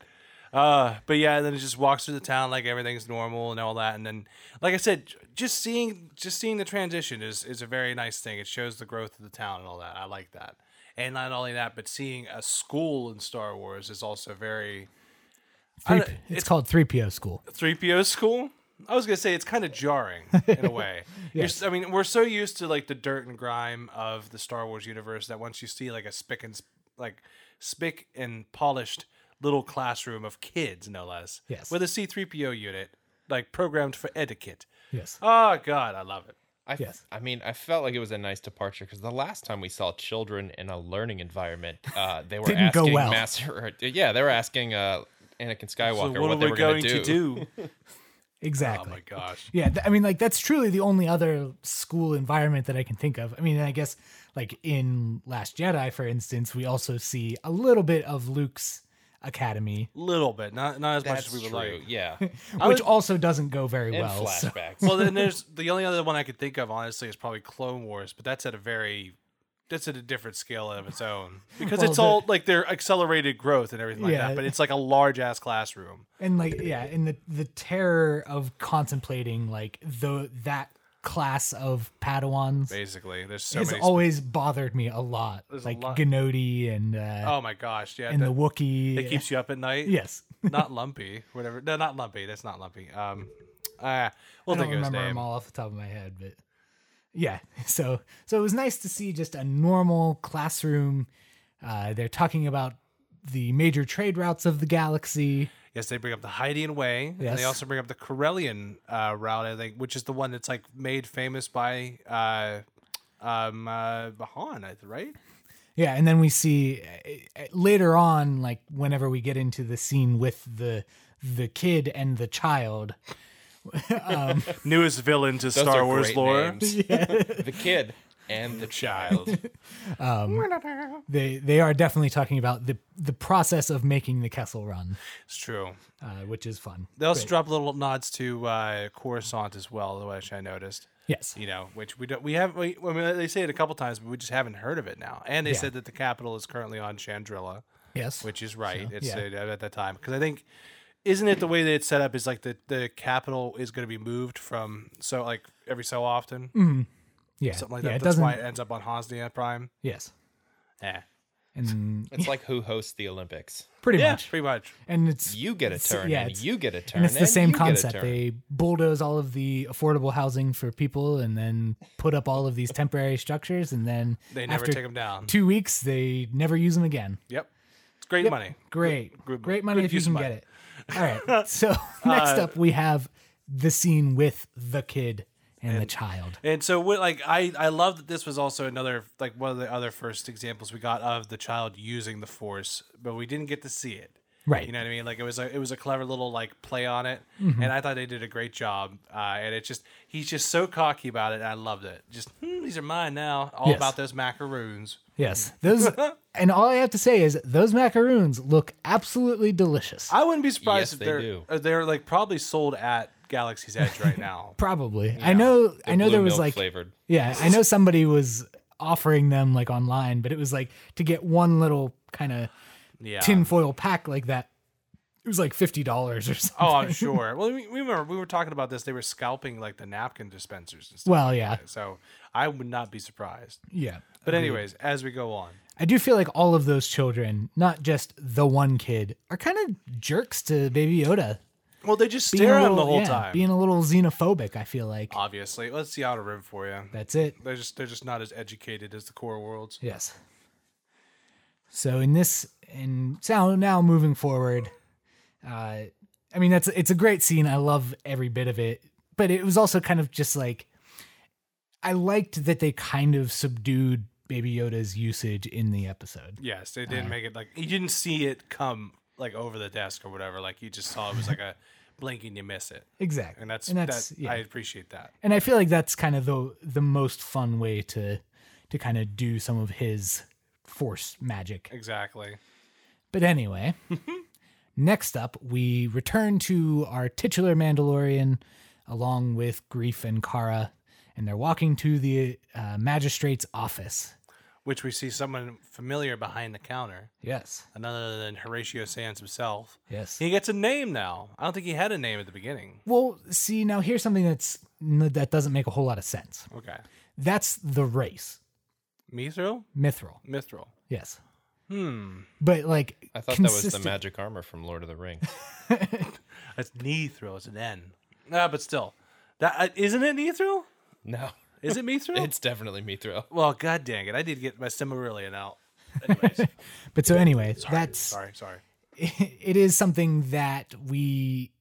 [SPEAKER 1] Uh, but yeah, then he just walks through the town like everything's normal and all that. And then, like I said, j- just seeing just seeing the transition is is a very nice thing. It shows the growth of the town and all that. I like that. And not only that, but seeing a school in Star Wars is also very I
[SPEAKER 2] Three,
[SPEAKER 1] don't-
[SPEAKER 2] it's, called three PO school.
[SPEAKER 1] three PO school. I was gonna say it's kind of jarring in a way. You're s- I mean, we're so used to like the dirt and grime of the Star Wars universe that once you see like a spick and sp- like spick and polished little classroom of kids, no less,
[SPEAKER 2] Yes.
[SPEAKER 1] with a C three PO unit like programmed for etiquette.
[SPEAKER 2] Yes.
[SPEAKER 1] Oh God, I love it.
[SPEAKER 5] I, f-
[SPEAKER 2] Yes.
[SPEAKER 5] I mean, I felt like it was a nice departure because the last time we saw children in a learning environment, uh, they were
[SPEAKER 2] Didn't go
[SPEAKER 5] asking
[SPEAKER 2] well.
[SPEAKER 5] Master. Yeah, they were asking uh, Anakin Skywalker
[SPEAKER 1] so
[SPEAKER 5] what,
[SPEAKER 1] what are
[SPEAKER 5] they
[SPEAKER 1] we
[SPEAKER 5] were
[SPEAKER 1] going
[SPEAKER 5] gonna
[SPEAKER 1] to do? oh
[SPEAKER 2] Exactly.
[SPEAKER 1] my gosh.
[SPEAKER 2] Yeah, th- I mean, like that's truly the only other school environment that I can think of. I mean, I guess like in Last Jedi, for instance, we also see a little bit of Luke's academy,
[SPEAKER 1] Little bit, not not as much
[SPEAKER 5] That's
[SPEAKER 1] as we would
[SPEAKER 5] true.
[SPEAKER 1] like.
[SPEAKER 5] Yeah,
[SPEAKER 1] I
[SPEAKER 2] which
[SPEAKER 1] would-
[SPEAKER 2] also doesn't go very
[SPEAKER 5] and
[SPEAKER 2] well. so-
[SPEAKER 5] flashbacks.
[SPEAKER 1] well, then there's the only other one I could think of, honestly, is probably Clone Wars, but that's at a very that's at a different scale of its own because
[SPEAKER 2] Well,
[SPEAKER 1] it's
[SPEAKER 2] the-
[SPEAKER 1] all like their accelerated growth and everything like
[SPEAKER 2] Yeah.
[SPEAKER 1] that. But it's like a large ass classroom.
[SPEAKER 2] and like yeah, and the the terror of contemplating like the that class of Padawans
[SPEAKER 1] Basically, there's so
[SPEAKER 2] has
[SPEAKER 1] many.
[SPEAKER 2] always bothered me a lot.
[SPEAKER 1] There's a
[SPEAKER 2] like
[SPEAKER 1] lot-
[SPEAKER 2] Gnodi and uh,
[SPEAKER 1] oh my gosh, yeah,
[SPEAKER 2] and the
[SPEAKER 1] that,
[SPEAKER 2] Wookiee.
[SPEAKER 1] it keeps you up at night.
[SPEAKER 2] yes.
[SPEAKER 1] not lumpy, whatever. No, not lumpy. That's not lumpy. Um, ah, we'll think of
[SPEAKER 2] I don't
[SPEAKER 1] his
[SPEAKER 2] remember
[SPEAKER 1] name.
[SPEAKER 2] them all off the top of my head, but yeah. So so it was nice to see just a normal classroom. Uh, they're talking about the major trade routes of the galaxy.
[SPEAKER 1] Yes, they bring up the Hydean Way, and they
[SPEAKER 2] Yes.
[SPEAKER 1] also bring up the Corellian uh, route, I think, which is the one that's like made famous by uh, um, uh, Bahan, I th- right?
[SPEAKER 2] Yeah, and then we see uh, uh, later on, like whenever we get into the scene with the the kid and the child. um,
[SPEAKER 1] Newest villain to
[SPEAKER 5] Those
[SPEAKER 1] Star
[SPEAKER 5] are
[SPEAKER 1] Wars
[SPEAKER 5] great
[SPEAKER 1] lore.
[SPEAKER 5] names. the kid and the child.
[SPEAKER 2] they they are definitely talking about the the process of making the Kessel Run,
[SPEAKER 1] It's true.
[SPEAKER 2] uh, which is fun.
[SPEAKER 1] They also
[SPEAKER 2] Great.
[SPEAKER 1] drop little nods to uh, Coruscant as well, which I noticed.
[SPEAKER 2] Yes,
[SPEAKER 1] You know, which we don't, we have. We, I mean, they say it a couple times, but we just haven't heard of it now. And they
[SPEAKER 2] Yeah.
[SPEAKER 1] said that the capital is currently on Chandrilla.
[SPEAKER 2] yes,
[SPEAKER 1] which is right.
[SPEAKER 2] So,
[SPEAKER 1] it's
[SPEAKER 2] yeah.
[SPEAKER 1] uh, at that time because I think isn't it the way that it's set up is like the the capital is going to be moved from so like every so often
[SPEAKER 2] yeah,
[SPEAKER 1] something like
[SPEAKER 2] Mm. yeah,
[SPEAKER 1] that.
[SPEAKER 2] It
[SPEAKER 1] That's
[SPEAKER 2] doesn't,
[SPEAKER 1] why it ends up on Hosnia Prime.
[SPEAKER 2] yes,
[SPEAKER 1] Yeah,
[SPEAKER 2] and
[SPEAKER 5] It's like who hosts the Olympics.
[SPEAKER 2] pretty
[SPEAKER 1] yeah,
[SPEAKER 2] much.
[SPEAKER 1] pretty much.
[SPEAKER 2] and it's
[SPEAKER 5] You get a
[SPEAKER 2] it's-
[SPEAKER 5] turn.
[SPEAKER 2] yeah,
[SPEAKER 5] and
[SPEAKER 2] it's-
[SPEAKER 5] you get a turn.
[SPEAKER 2] and it's the same
[SPEAKER 5] you get a
[SPEAKER 2] concept.
[SPEAKER 5] turn.
[SPEAKER 2] They bulldoze all of the affordable housing for people, and then put up all of these temporary structures, and then
[SPEAKER 1] They never
[SPEAKER 2] after
[SPEAKER 1] take them down.
[SPEAKER 2] two weeks, they never use them again.
[SPEAKER 1] Yep, it's great
[SPEAKER 2] Yep.
[SPEAKER 1] money.
[SPEAKER 2] Great,
[SPEAKER 1] Good-
[SPEAKER 2] great money
[SPEAKER 1] good
[SPEAKER 2] if you
[SPEAKER 1] use
[SPEAKER 2] can
[SPEAKER 1] of Uh,
[SPEAKER 2] get it. All right. So next up, we have the scene with the kid and, the child.
[SPEAKER 1] And so, what, like, I I love that this was also another like one of the other first examples we got of the child using the force, but we didn't get to see it.
[SPEAKER 2] Right.
[SPEAKER 1] You know what I mean? Like it was a it was a clever little like play on it,
[SPEAKER 5] Mm-hmm.
[SPEAKER 1] and I thought they did a great job. Uh, and it's just he's just so cocky about it. And I loved it. Just hmm, these are mine now. All
[SPEAKER 2] Yes.
[SPEAKER 1] about those macaroons.
[SPEAKER 2] Yes. Those. and all I have to say is those macaroons look absolutely delicious.
[SPEAKER 1] I wouldn't be surprised
[SPEAKER 5] Yes,
[SPEAKER 1] if
[SPEAKER 5] they
[SPEAKER 1] they're
[SPEAKER 5] do.
[SPEAKER 1] uh, they're like probably sold at Galaxy's Edge right now.
[SPEAKER 2] Probably. I know. I know
[SPEAKER 5] Blue
[SPEAKER 2] there was
[SPEAKER 5] milk
[SPEAKER 2] like.
[SPEAKER 5] flavored.
[SPEAKER 2] Yeah, I know somebody was offering them like online, but it was like to get one little kind of
[SPEAKER 1] Yeah.
[SPEAKER 2] tinfoil pack like that. It was like fifty dollars or something.
[SPEAKER 1] Oh, I'm sure. Well, we, we remember we were talking about this. They were scalping like the napkin dispensers and stuff.
[SPEAKER 2] Well, yeah,
[SPEAKER 1] So I would not be surprised.
[SPEAKER 2] yeah.
[SPEAKER 1] But anyways, as we go on,
[SPEAKER 2] I do feel like all of those children, not just the one kid, are kind of jerks to Baby Yoda.
[SPEAKER 1] well, they just
[SPEAKER 2] Being a
[SPEAKER 1] stare at him
[SPEAKER 2] little-
[SPEAKER 1] the whole
[SPEAKER 2] yeah,
[SPEAKER 1] time. Uh,
[SPEAKER 2] being a little xenophobic. I feel like
[SPEAKER 1] Obviously, let's see outer rim for you.
[SPEAKER 2] that's it.
[SPEAKER 1] They're just they're just not as educated as the core worlds.
[SPEAKER 2] Yes. So in this and so now moving forward, uh, I mean that's it's a great scene. I love every bit of it, but it was also kind of just like I liked that they kind of subdued Baby Yoda's usage in the episode.
[SPEAKER 1] Yes, they didn't make it like you didn't see it come like over the desk or whatever. Like you just saw it was like a blink and you miss it,
[SPEAKER 2] Exactly,
[SPEAKER 1] and that's,
[SPEAKER 2] and that's
[SPEAKER 1] that.
[SPEAKER 2] yeah.
[SPEAKER 1] I appreciate that.
[SPEAKER 2] and I feel like that's kind of the the most fun way to to kind of do some of his force magic.
[SPEAKER 1] Exactly.
[SPEAKER 2] But anyway, next up, we return to our titular Mandalorian along with Grief and Kara, and they're walking to the uh, magistrate's office.
[SPEAKER 1] Which we see someone familiar behind the counter,
[SPEAKER 2] Yes.
[SPEAKER 1] another than Horatio Sands himself.
[SPEAKER 2] Yes.
[SPEAKER 1] He gets a name now. I don't think he had a name at the beginning.
[SPEAKER 2] Well, see, now here's something that's n- that doesn't make a whole lot of sense.
[SPEAKER 1] Okay,
[SPEAKER 2] That's the race,
[SPEAKER 1] Mithril,
[SPEAKER 2] Mithril.
[SPEAKER 1] Mithril.
[SPEAKER 2] Yes.
[SPEAKER 1] Hmm.
[SPEAKER 2] But like
[SPEAKER 5] I thought that was
[SPEAKER 2] consistent-
[SPEAKER 5] the magic armor from Lord of the Rings.
[SPEAKER 1] That's Neithril. It's an N. Ah, but still, that uh, isn't it Neithril.
[SPEAKER 5] no,
[SPEAKER 1] Is it Mithril?
[SPEAKER 5] it's definitely Mithril.
[SPEAKER 1] well, god dang it! I did get my Cimmerillion out. Anyways,
[SPEAKER 2] But so anyway, that's
[SPEAKER 1] sorry, sorry.
[SPEAKER 2] it is something that we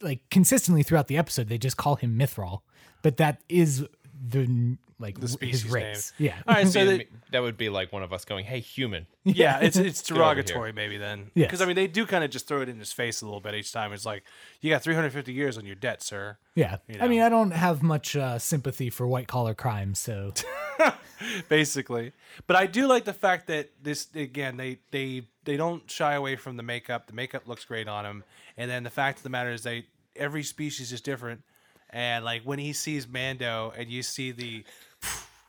[SPEAKER 2] like consistently throughout the episode. They just call him Mithril, but that is the like his
[SPEAKER 1] species
[SPEAKER 2] race. Yeah.
[SPEAKER 1] All right, so
[SPEAKER 5] So
[SPEAKER 1] that,
[SPEAKER 5] that, that would be like one of us going, "Hey, human."
[SPEAKER 1] yeah, it's it's
[SPEAKER 5] over here.
[SPEAKER 1] derogatory maybe then.
[SPEAKER 2] Yes.
[SPEAKER 1] Because I mean they do kind of just throw it in his face a little bit each time. It's like you got 350 years on your debt, sir.
[SPEAKER 2] Yeah.
[SPEAKER 1] You
[SPEAKER 2] I mean,
[SPEAKER 1] know.
[SPEAKER 2] I don't have much uh, sympathy for white collar crime, so
[SPEAKER 1] basically. But I do like the fact that this again they they they don't shy away from the makeup. The makeup looks great on him, and then the fact of the matter is they every species is different. And like when he sees Mando, and you see the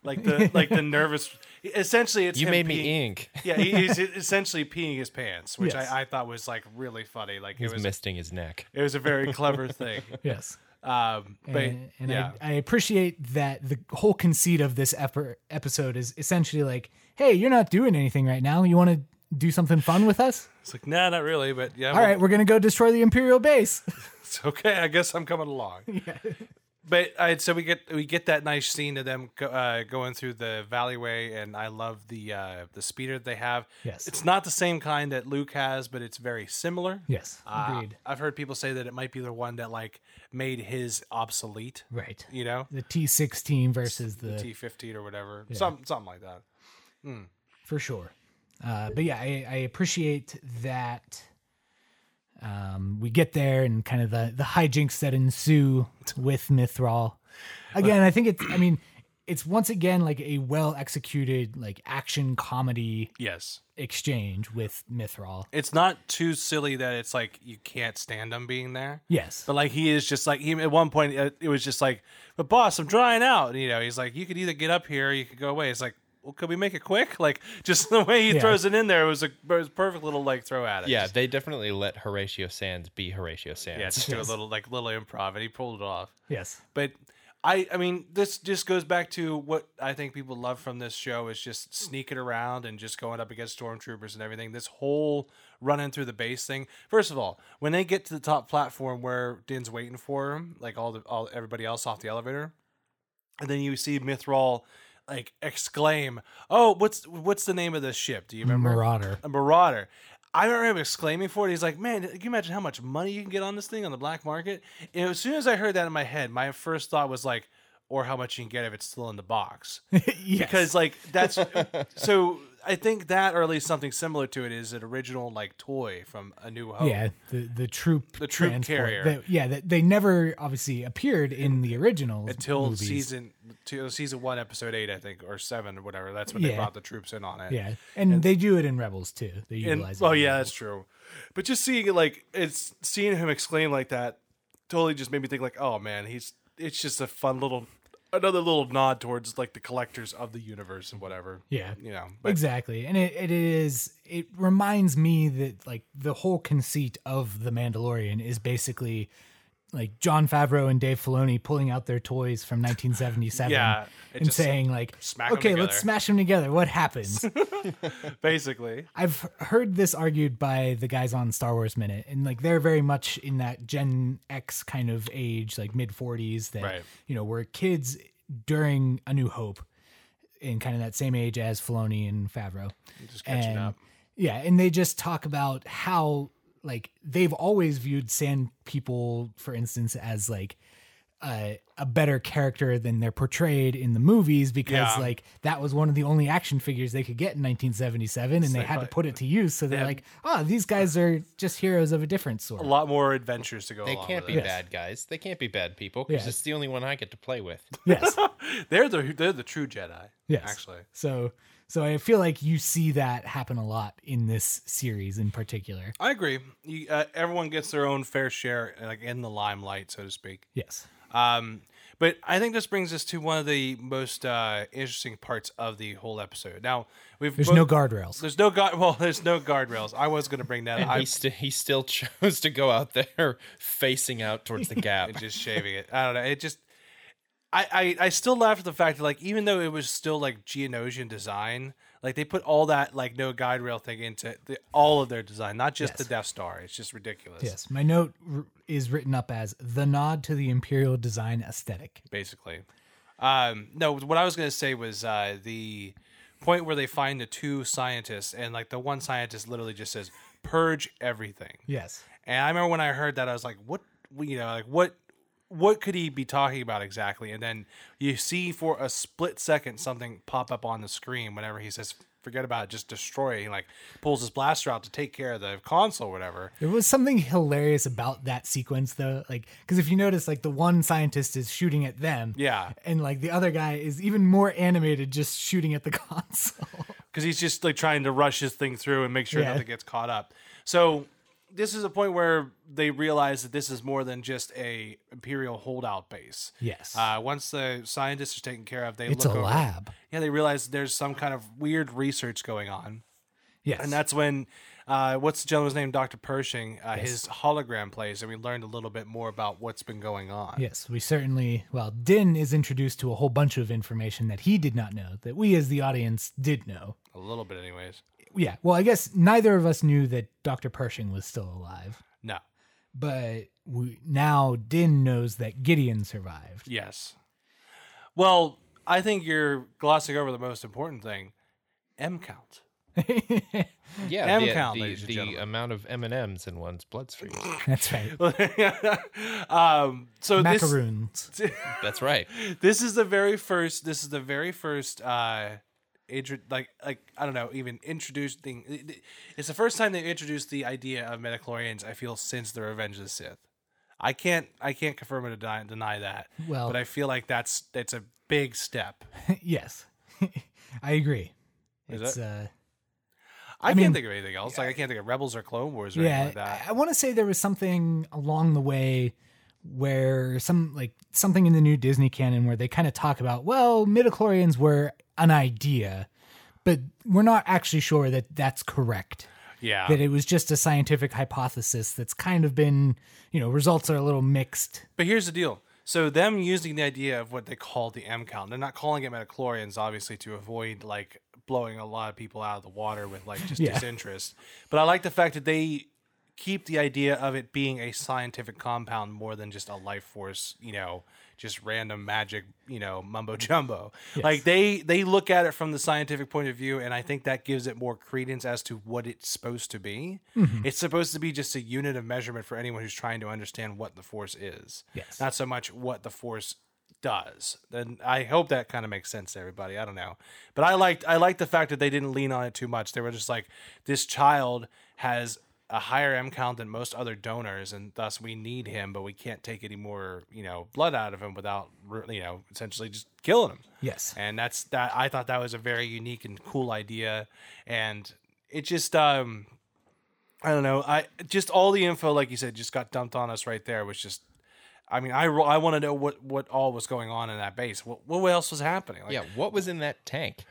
[SPEAKER 1] like the like the nervous. Essentially, it's
[SPEAKER 5] You
[SPEAKER 1] him
[SPEAKER 5] made
[SPEAKER 1] peeing-
[SPEAKER 5] me ink.
[SPEAKER 1] Yeah, he- he's essentially peeing his pants, which
[SPEAKER 2] Yes.
[SPEAKER 1] I, I thought was like really funny. Like
[SPEAKER 5] He's
[SPEAKER 1] it was
[SPEAKER 5] misting his neck.
[SPEAKER 1] it was a very clever thing.
[SPEAKER 2] yes.
[SPEAKER 1] Um, but
[SPEAKER 5] Eh.
[SPEAKER 2] and, and
[SPEAKER 1] yeah,
[SPEAKER 2] I, I appreciate that the whole conceit of this ep- episode is essentially like, hey, you're not doing anything right now. You want to do something fun with us?
[SPEAKER 1] it's like nah, not really. But yeah,
[SPEAKER 2] All
[SPEAKER 1] well,
[SPEAKER 2] right, we're gonna go destroy the imperial base.
[SPEAKER 1] it's okay. I guess I'm coming along. But I, so we get we get that nice scene of them go, uh, going through the valleyway, and I love the uh, the speeder that they have.
[SPEAKER 2] Yes.
[SPEAKER 1] it's not the same kind that Luke has, but it's very similar.
[SPEAKER 2] yes,
[SPEAKER 1] Uh,
[SPEAKER 2] agreed.
[SPEAKER 1] I've heard people say that it might be the one that like made his obsolete.
[SPEAKER 2] Right.
[SPEAKER 1] You know,
[SPEAKER 2] The T sixteen versus the,
[SPEAKER 1] T fifteen or whatever, some something like that.
[SPEAKER 2] for sure. Uh, but yeah, I, I appreciate that. Um, we get there and kind of the the hijinks that ensue with Mithral. Again, I think it's. I mean, it's once again like a well executed like action comedy
[SPEAKER 1] Yes,
[SPEAKER 2] exchange with Mithral.
[SPEAKER 1] it's not too silly that it's like you can't stand him being there.
[SPEAKER 2] Yes,
[SPEAKER 1] But like he is just like he at one point uh, it was just like, but boss, I'm drying out. And, you know, he's like, you could either get up here, or you could go away. It's like, well, could we make it quick? Like just the way he
[SPEAKER 2] Yeah.
[SPEAKER 1] throws it in there it was a it was a perfect little like throw at it.
[SPEAKER 5] Yeah,
[SPEAKER 1] Just-
[SPEAKER 5] they definitely let Horatio Sands be Horatio Sands.
[SPEAKER 1] yeah, just do a little like little improv, and he pulled it off.
[SPEAKER 2] yes,
[SPEAKER 1] But I, I mean, this just goes back to what I think people love from this show is just sneaking around and just going up against stormtroopers and everything. This whole running through the base thing. First of all, when they get to the top platform where Din's waiting for him, like all the all everybody else off the elevator, and then you see Mithral like exclaim, "Oh, what's what's the name of this ship? Do you remember?"
[SPEAKER 2] Marauder.
[SPEAKER 1] a marauder. I remember him exclaiming for it. He's like, "Man, can you imagine how much money you can get on this thing on the black market?" And as soon as I heard that in my head, my first thought was like, "Or how much you can get if it's still in the box?"
[SPEAKER 2] yes.
[SPEAKER 1] Because like that's so. I think that, or at least something similar to it, is an original like toy from A New Hope.
[SPEAKER 2] yeah, the the troop
[SPEAKER 1] oh, The troop
[SPEAKER 2] transport
[SPEAKER 1] carrier.
[SPEAKER 2] that- yeah, that they never obviously appeared in the original
[SPEAKER 1] Until
[SPEAKER 2] movies.
[SPEAKER 1] season till season one, episode eight, I think, or seven, or whatever. That's when they
[SPEAKER 2] Yeah.
[SPEAKER 1] brought the troops in on it.
[SPEAKER 2] Yeah, and, they do it in Rebels too. They
[SPEAKER 1] And-
[SPEAKER 2] utilize. it
[SPEAKER 1] oh
[SPEAKER 2] in
[SPEAKER 1] yeah,
[SPEAKER 2] Rebels.
[SPEAKER 1] that's true. But just seeing it like it's seeing him exclaim like that totally just made me think like, oh man, he's it's just a fun little another little nod towards like the collectors of the universe and whatever.
[SPEAKER 2] Yeah.
[SPEAKER 1] You know. But
[SPEAKER 2] exactly, and it, it is. It reminds me that like the whole conceit of the Mandalorian is basically like John Favreau and Dave Filoni pulling out their toys from 1977
[SPEAKER 1] Yeah, it
[SPEAKER 2] and
[SPEAKER 1] just
[SPEAKER 2] saying like,
[SPEAKER 1] smack 'em
[SPEAKER 2] okay,
[SPEAKER 1] together."
[SPEAKER 2] let's smash them together. What happens?
[SPEAKER 1] basically.
[SPEAKER 2] I've heard this argued by the guys on Star Wars Minute, and like they're very much in that Gen X kind of age, like mid 40s, that
[SPEAKER 1] Right.
[SPEAKER 2] you know were kids during A New Hope, in kind of that same age as Filoni and Favreau.
[SPEAKER 1] Just catching
[SPEAKER 2] And-
[SPEAKER 1] up.
[SPEAKER 2] Yeah, and they just talk about how like they've always viewed sand people, for instance, as like a, a better character than they're portrayed in the movies because
[SPEAKER 1] Yeah.
[SPEAKER 2] like that was one of the only action figures they could get in 1977, and they
[SPEAKER 1] they
[SPEAKER 2] had to
[SPEAKER 1] probably-
[SPEAKER 2] put it to use. So they're
[SPEAKER 1] had-
[SPEAKER 2] like, ah, these guys are just heroes of a different sort.
[SPEAKER 1] A lot more adventures to go
[SPEAKER 5] They
[SPEAKER 1] along
[SPEAKER 5] can't be
[SPEAKER 1] with it.
[SPEAKER 5] bad guys. They can't be bad people
[SPEAKER 2] Yeah.
[SPEAKER 5] because it's the only one I get to play with.
[SPEAKER 2] Yes,
[SPEAKER 1] They're the they're the true Jedi.
[SPEAKER 2] yes.
[SPEAKER 1] Actually.
[SPEAKER 2] so so I feel like you see that happen a lot in this series in particular.
[SPEAKER 1] I agree. You, uh, everyone gets their own fair share, like in the limelight, so to speak.
[SPEAKER 2] Yes.
[SPEAKER 1] Um, but I think this brings us to one of the most uh, interesting parts of the whole episode. Now we've
[SPEAKER 2] There's
[SPEAKER 1] both-
[SPEAKER 2] no guardrails.
[SPEAKER 1] There's no guard. Well, there's no guardrails. I was going to bring that. up.
[SPEAKER 5] And
[SPEAKER 1] I
[SPEAKER 5] he, st- he still chose to go out there facing out towards the gap.
[SPEAKER 1] just shaving it. I don't know. It just. I, I I still laugh at the fact that like even though it was still like Geonosian design, like they put all that like no guide rail thing into the, all of their design, not just the
[SPEAKER 2] Yes.
[SPEAKER 1] Death Star. It's just ridiculous.
[SPEAKER 2] Yes, my note r- is written up as the nod to the imperial design aesthetic.
[SPEAKER 1] basically. Um, no, what I was gonna say was uh, the point where they find the two scientists, and like the one scientist literally just says, "Purge everything."
[SPEAKER 2] Yes,
[SPEAKER 1] And I remember when I heard that, I was like, "What? You know, like what? What could he be talking about exactly?" And then you see for a split second something pop up on the screen whenever he says. Forget about it, just destroy it. He like pulls his blaster out to take care of the console, or whatever.
[SPEAKER 2] there was something hilarious about that sequence though, like because if you notice, like the one scientist is shooting at them,
[SPEAKER 1] Yeah,
[SPEAKER 2] and like the other guy is even more animated, just shooting at the console.
[SPEAKER 1] because he's just like trying to rush his thing through and make sure
[SPEAKER 2] Yeah.
[SPEAKER 1] nothing gets caught up. So this is a point where they realize that this is more than just a imperial holdout base.
[SPEAKER 2] Yes,
[SPEAKER 1] Uh, once the scientists are taken care of, they
[SPEAKER 2] it's a
[SPEAKER 1] look over-
[SPEAKER 2] lab.
[SPEAKER 1] Yeah, they realize there's some kind of weird research going on,
[SPEAKER 2] Yes,
[SPEAKER 1] and that's when uh, what's the gentleman's name, Doctor Pershing, uh,
[SPEAKER 2] Yes.
[SPEAKER 1] his hologram plays, and we learned a little bit more about what's been going on.
[SPEAKER 2] Yes, we certainly. Well, Din is introduced to a whole bunch of information that he did not know, that we as the audience did know.
[SPEAKER 1] A little bit, anyways.
[SPEAKER 2] Yeah, well, I guess neither of us knew that Dr. Pershing was still alive,
[SPEAKER 1] No.
[SPEAKER 2] but we, now Din knows that Gideon survived.
[SPEAKER 1] Yes. Well, I think you're glossing over the most important thing. M count.
[SPEAKER 5] Yeah,
[SPEAKER 1] M
[SPEAKER 5] the,
[SPEAKER 1] count,
[SPEAKER 5] the,
[SPEAKER 1] ladies and
[SPEAKER 5] the
[SPEAKER 1] gentlemen.
[SPEAKER 5] amount of M and M's in one's bloodstream.
[SPEAKER 2] That's right.
[SPEAKER 1] um, so
[SPEAKER 2] Macaroons.
[SPEAKER 1] this
[SPEAKER 5] That's right.
[SPEAKER 1] this is the very first. This is the very first. Uh, intro, like like I don't know, even introduced thing. It's the first time they introduced the idea of metachlorians. I feel since the Revenge of the Sith. I can't I can't confirm or deny, deny that.
[SPEAKER 2] Well-
[SPEAKER 1] but I feel like that's that's a big step.
[SPEAKER 2] yes, I agree.
[SPEAKER 1] Is
[SPEAKER 2] it's
[SPEAKER 1] it?
[SPEAKER 2] uh,
[SPEAKER 1] I,
[SPEAKER 2] mean-
[SPEAKER 1] can't think of anything else. Like I can't think of Rebels or Clone Wars or anything
[SPEAKER 2] yeah.
[SPEAKER 1] like that.
[SPEAKER 2] I, want to say there was something along the way where some like something in the new Disney canon where they kind of talk about well, midichlorians were an idea, but we're not actually sure that that's correct.
[SPEAKER 1] yeah,
[SPEAKER 2] that it was just a scientific hypothesis that's kind of been, you know, results are a little mixed.
[SPEAKER 1] But here's the deal. So them using the idea of what they call the M count, they're not calling it metachlorians, obviously, to avoid like blowing a lot of people out of the water with like just
[SPEAKER 2] Yeah.
[SPEAKER 1] disinterest. But I like the fact that they keep the idea of it being a scientific compound more than just a life force, you know, just random magic, you know, mumbo jumbo. Like they they look at it from the scientific point of view and I think that gives it more credence as to what it's supposed to be. It's supposed to be just a unit of measurement for anyone who's trying to understand what the force is
[SPEAKER 2] Yes.
[SPEAKER 1] not so much what the force does then i hope that kind of makes sense to everybody i don't know but i liked i liked the fact that they didn't lean on it too much they were just like this child has a higher m count than most other donors and thus we need him but we can't take any more you know blood out of him without re- you know essentially just killing him
[SPEAKER 2] Yes.
[SPEAKER 1] and that's that i thought that was a very unique and cool idea and it just um i don't know i just all the info like you said just got dumped on us right there was just i mean i ro- i want to know what what all was going on in that base what what else was happening like,
[SPEAKER 5] Yeah, what was in that tank?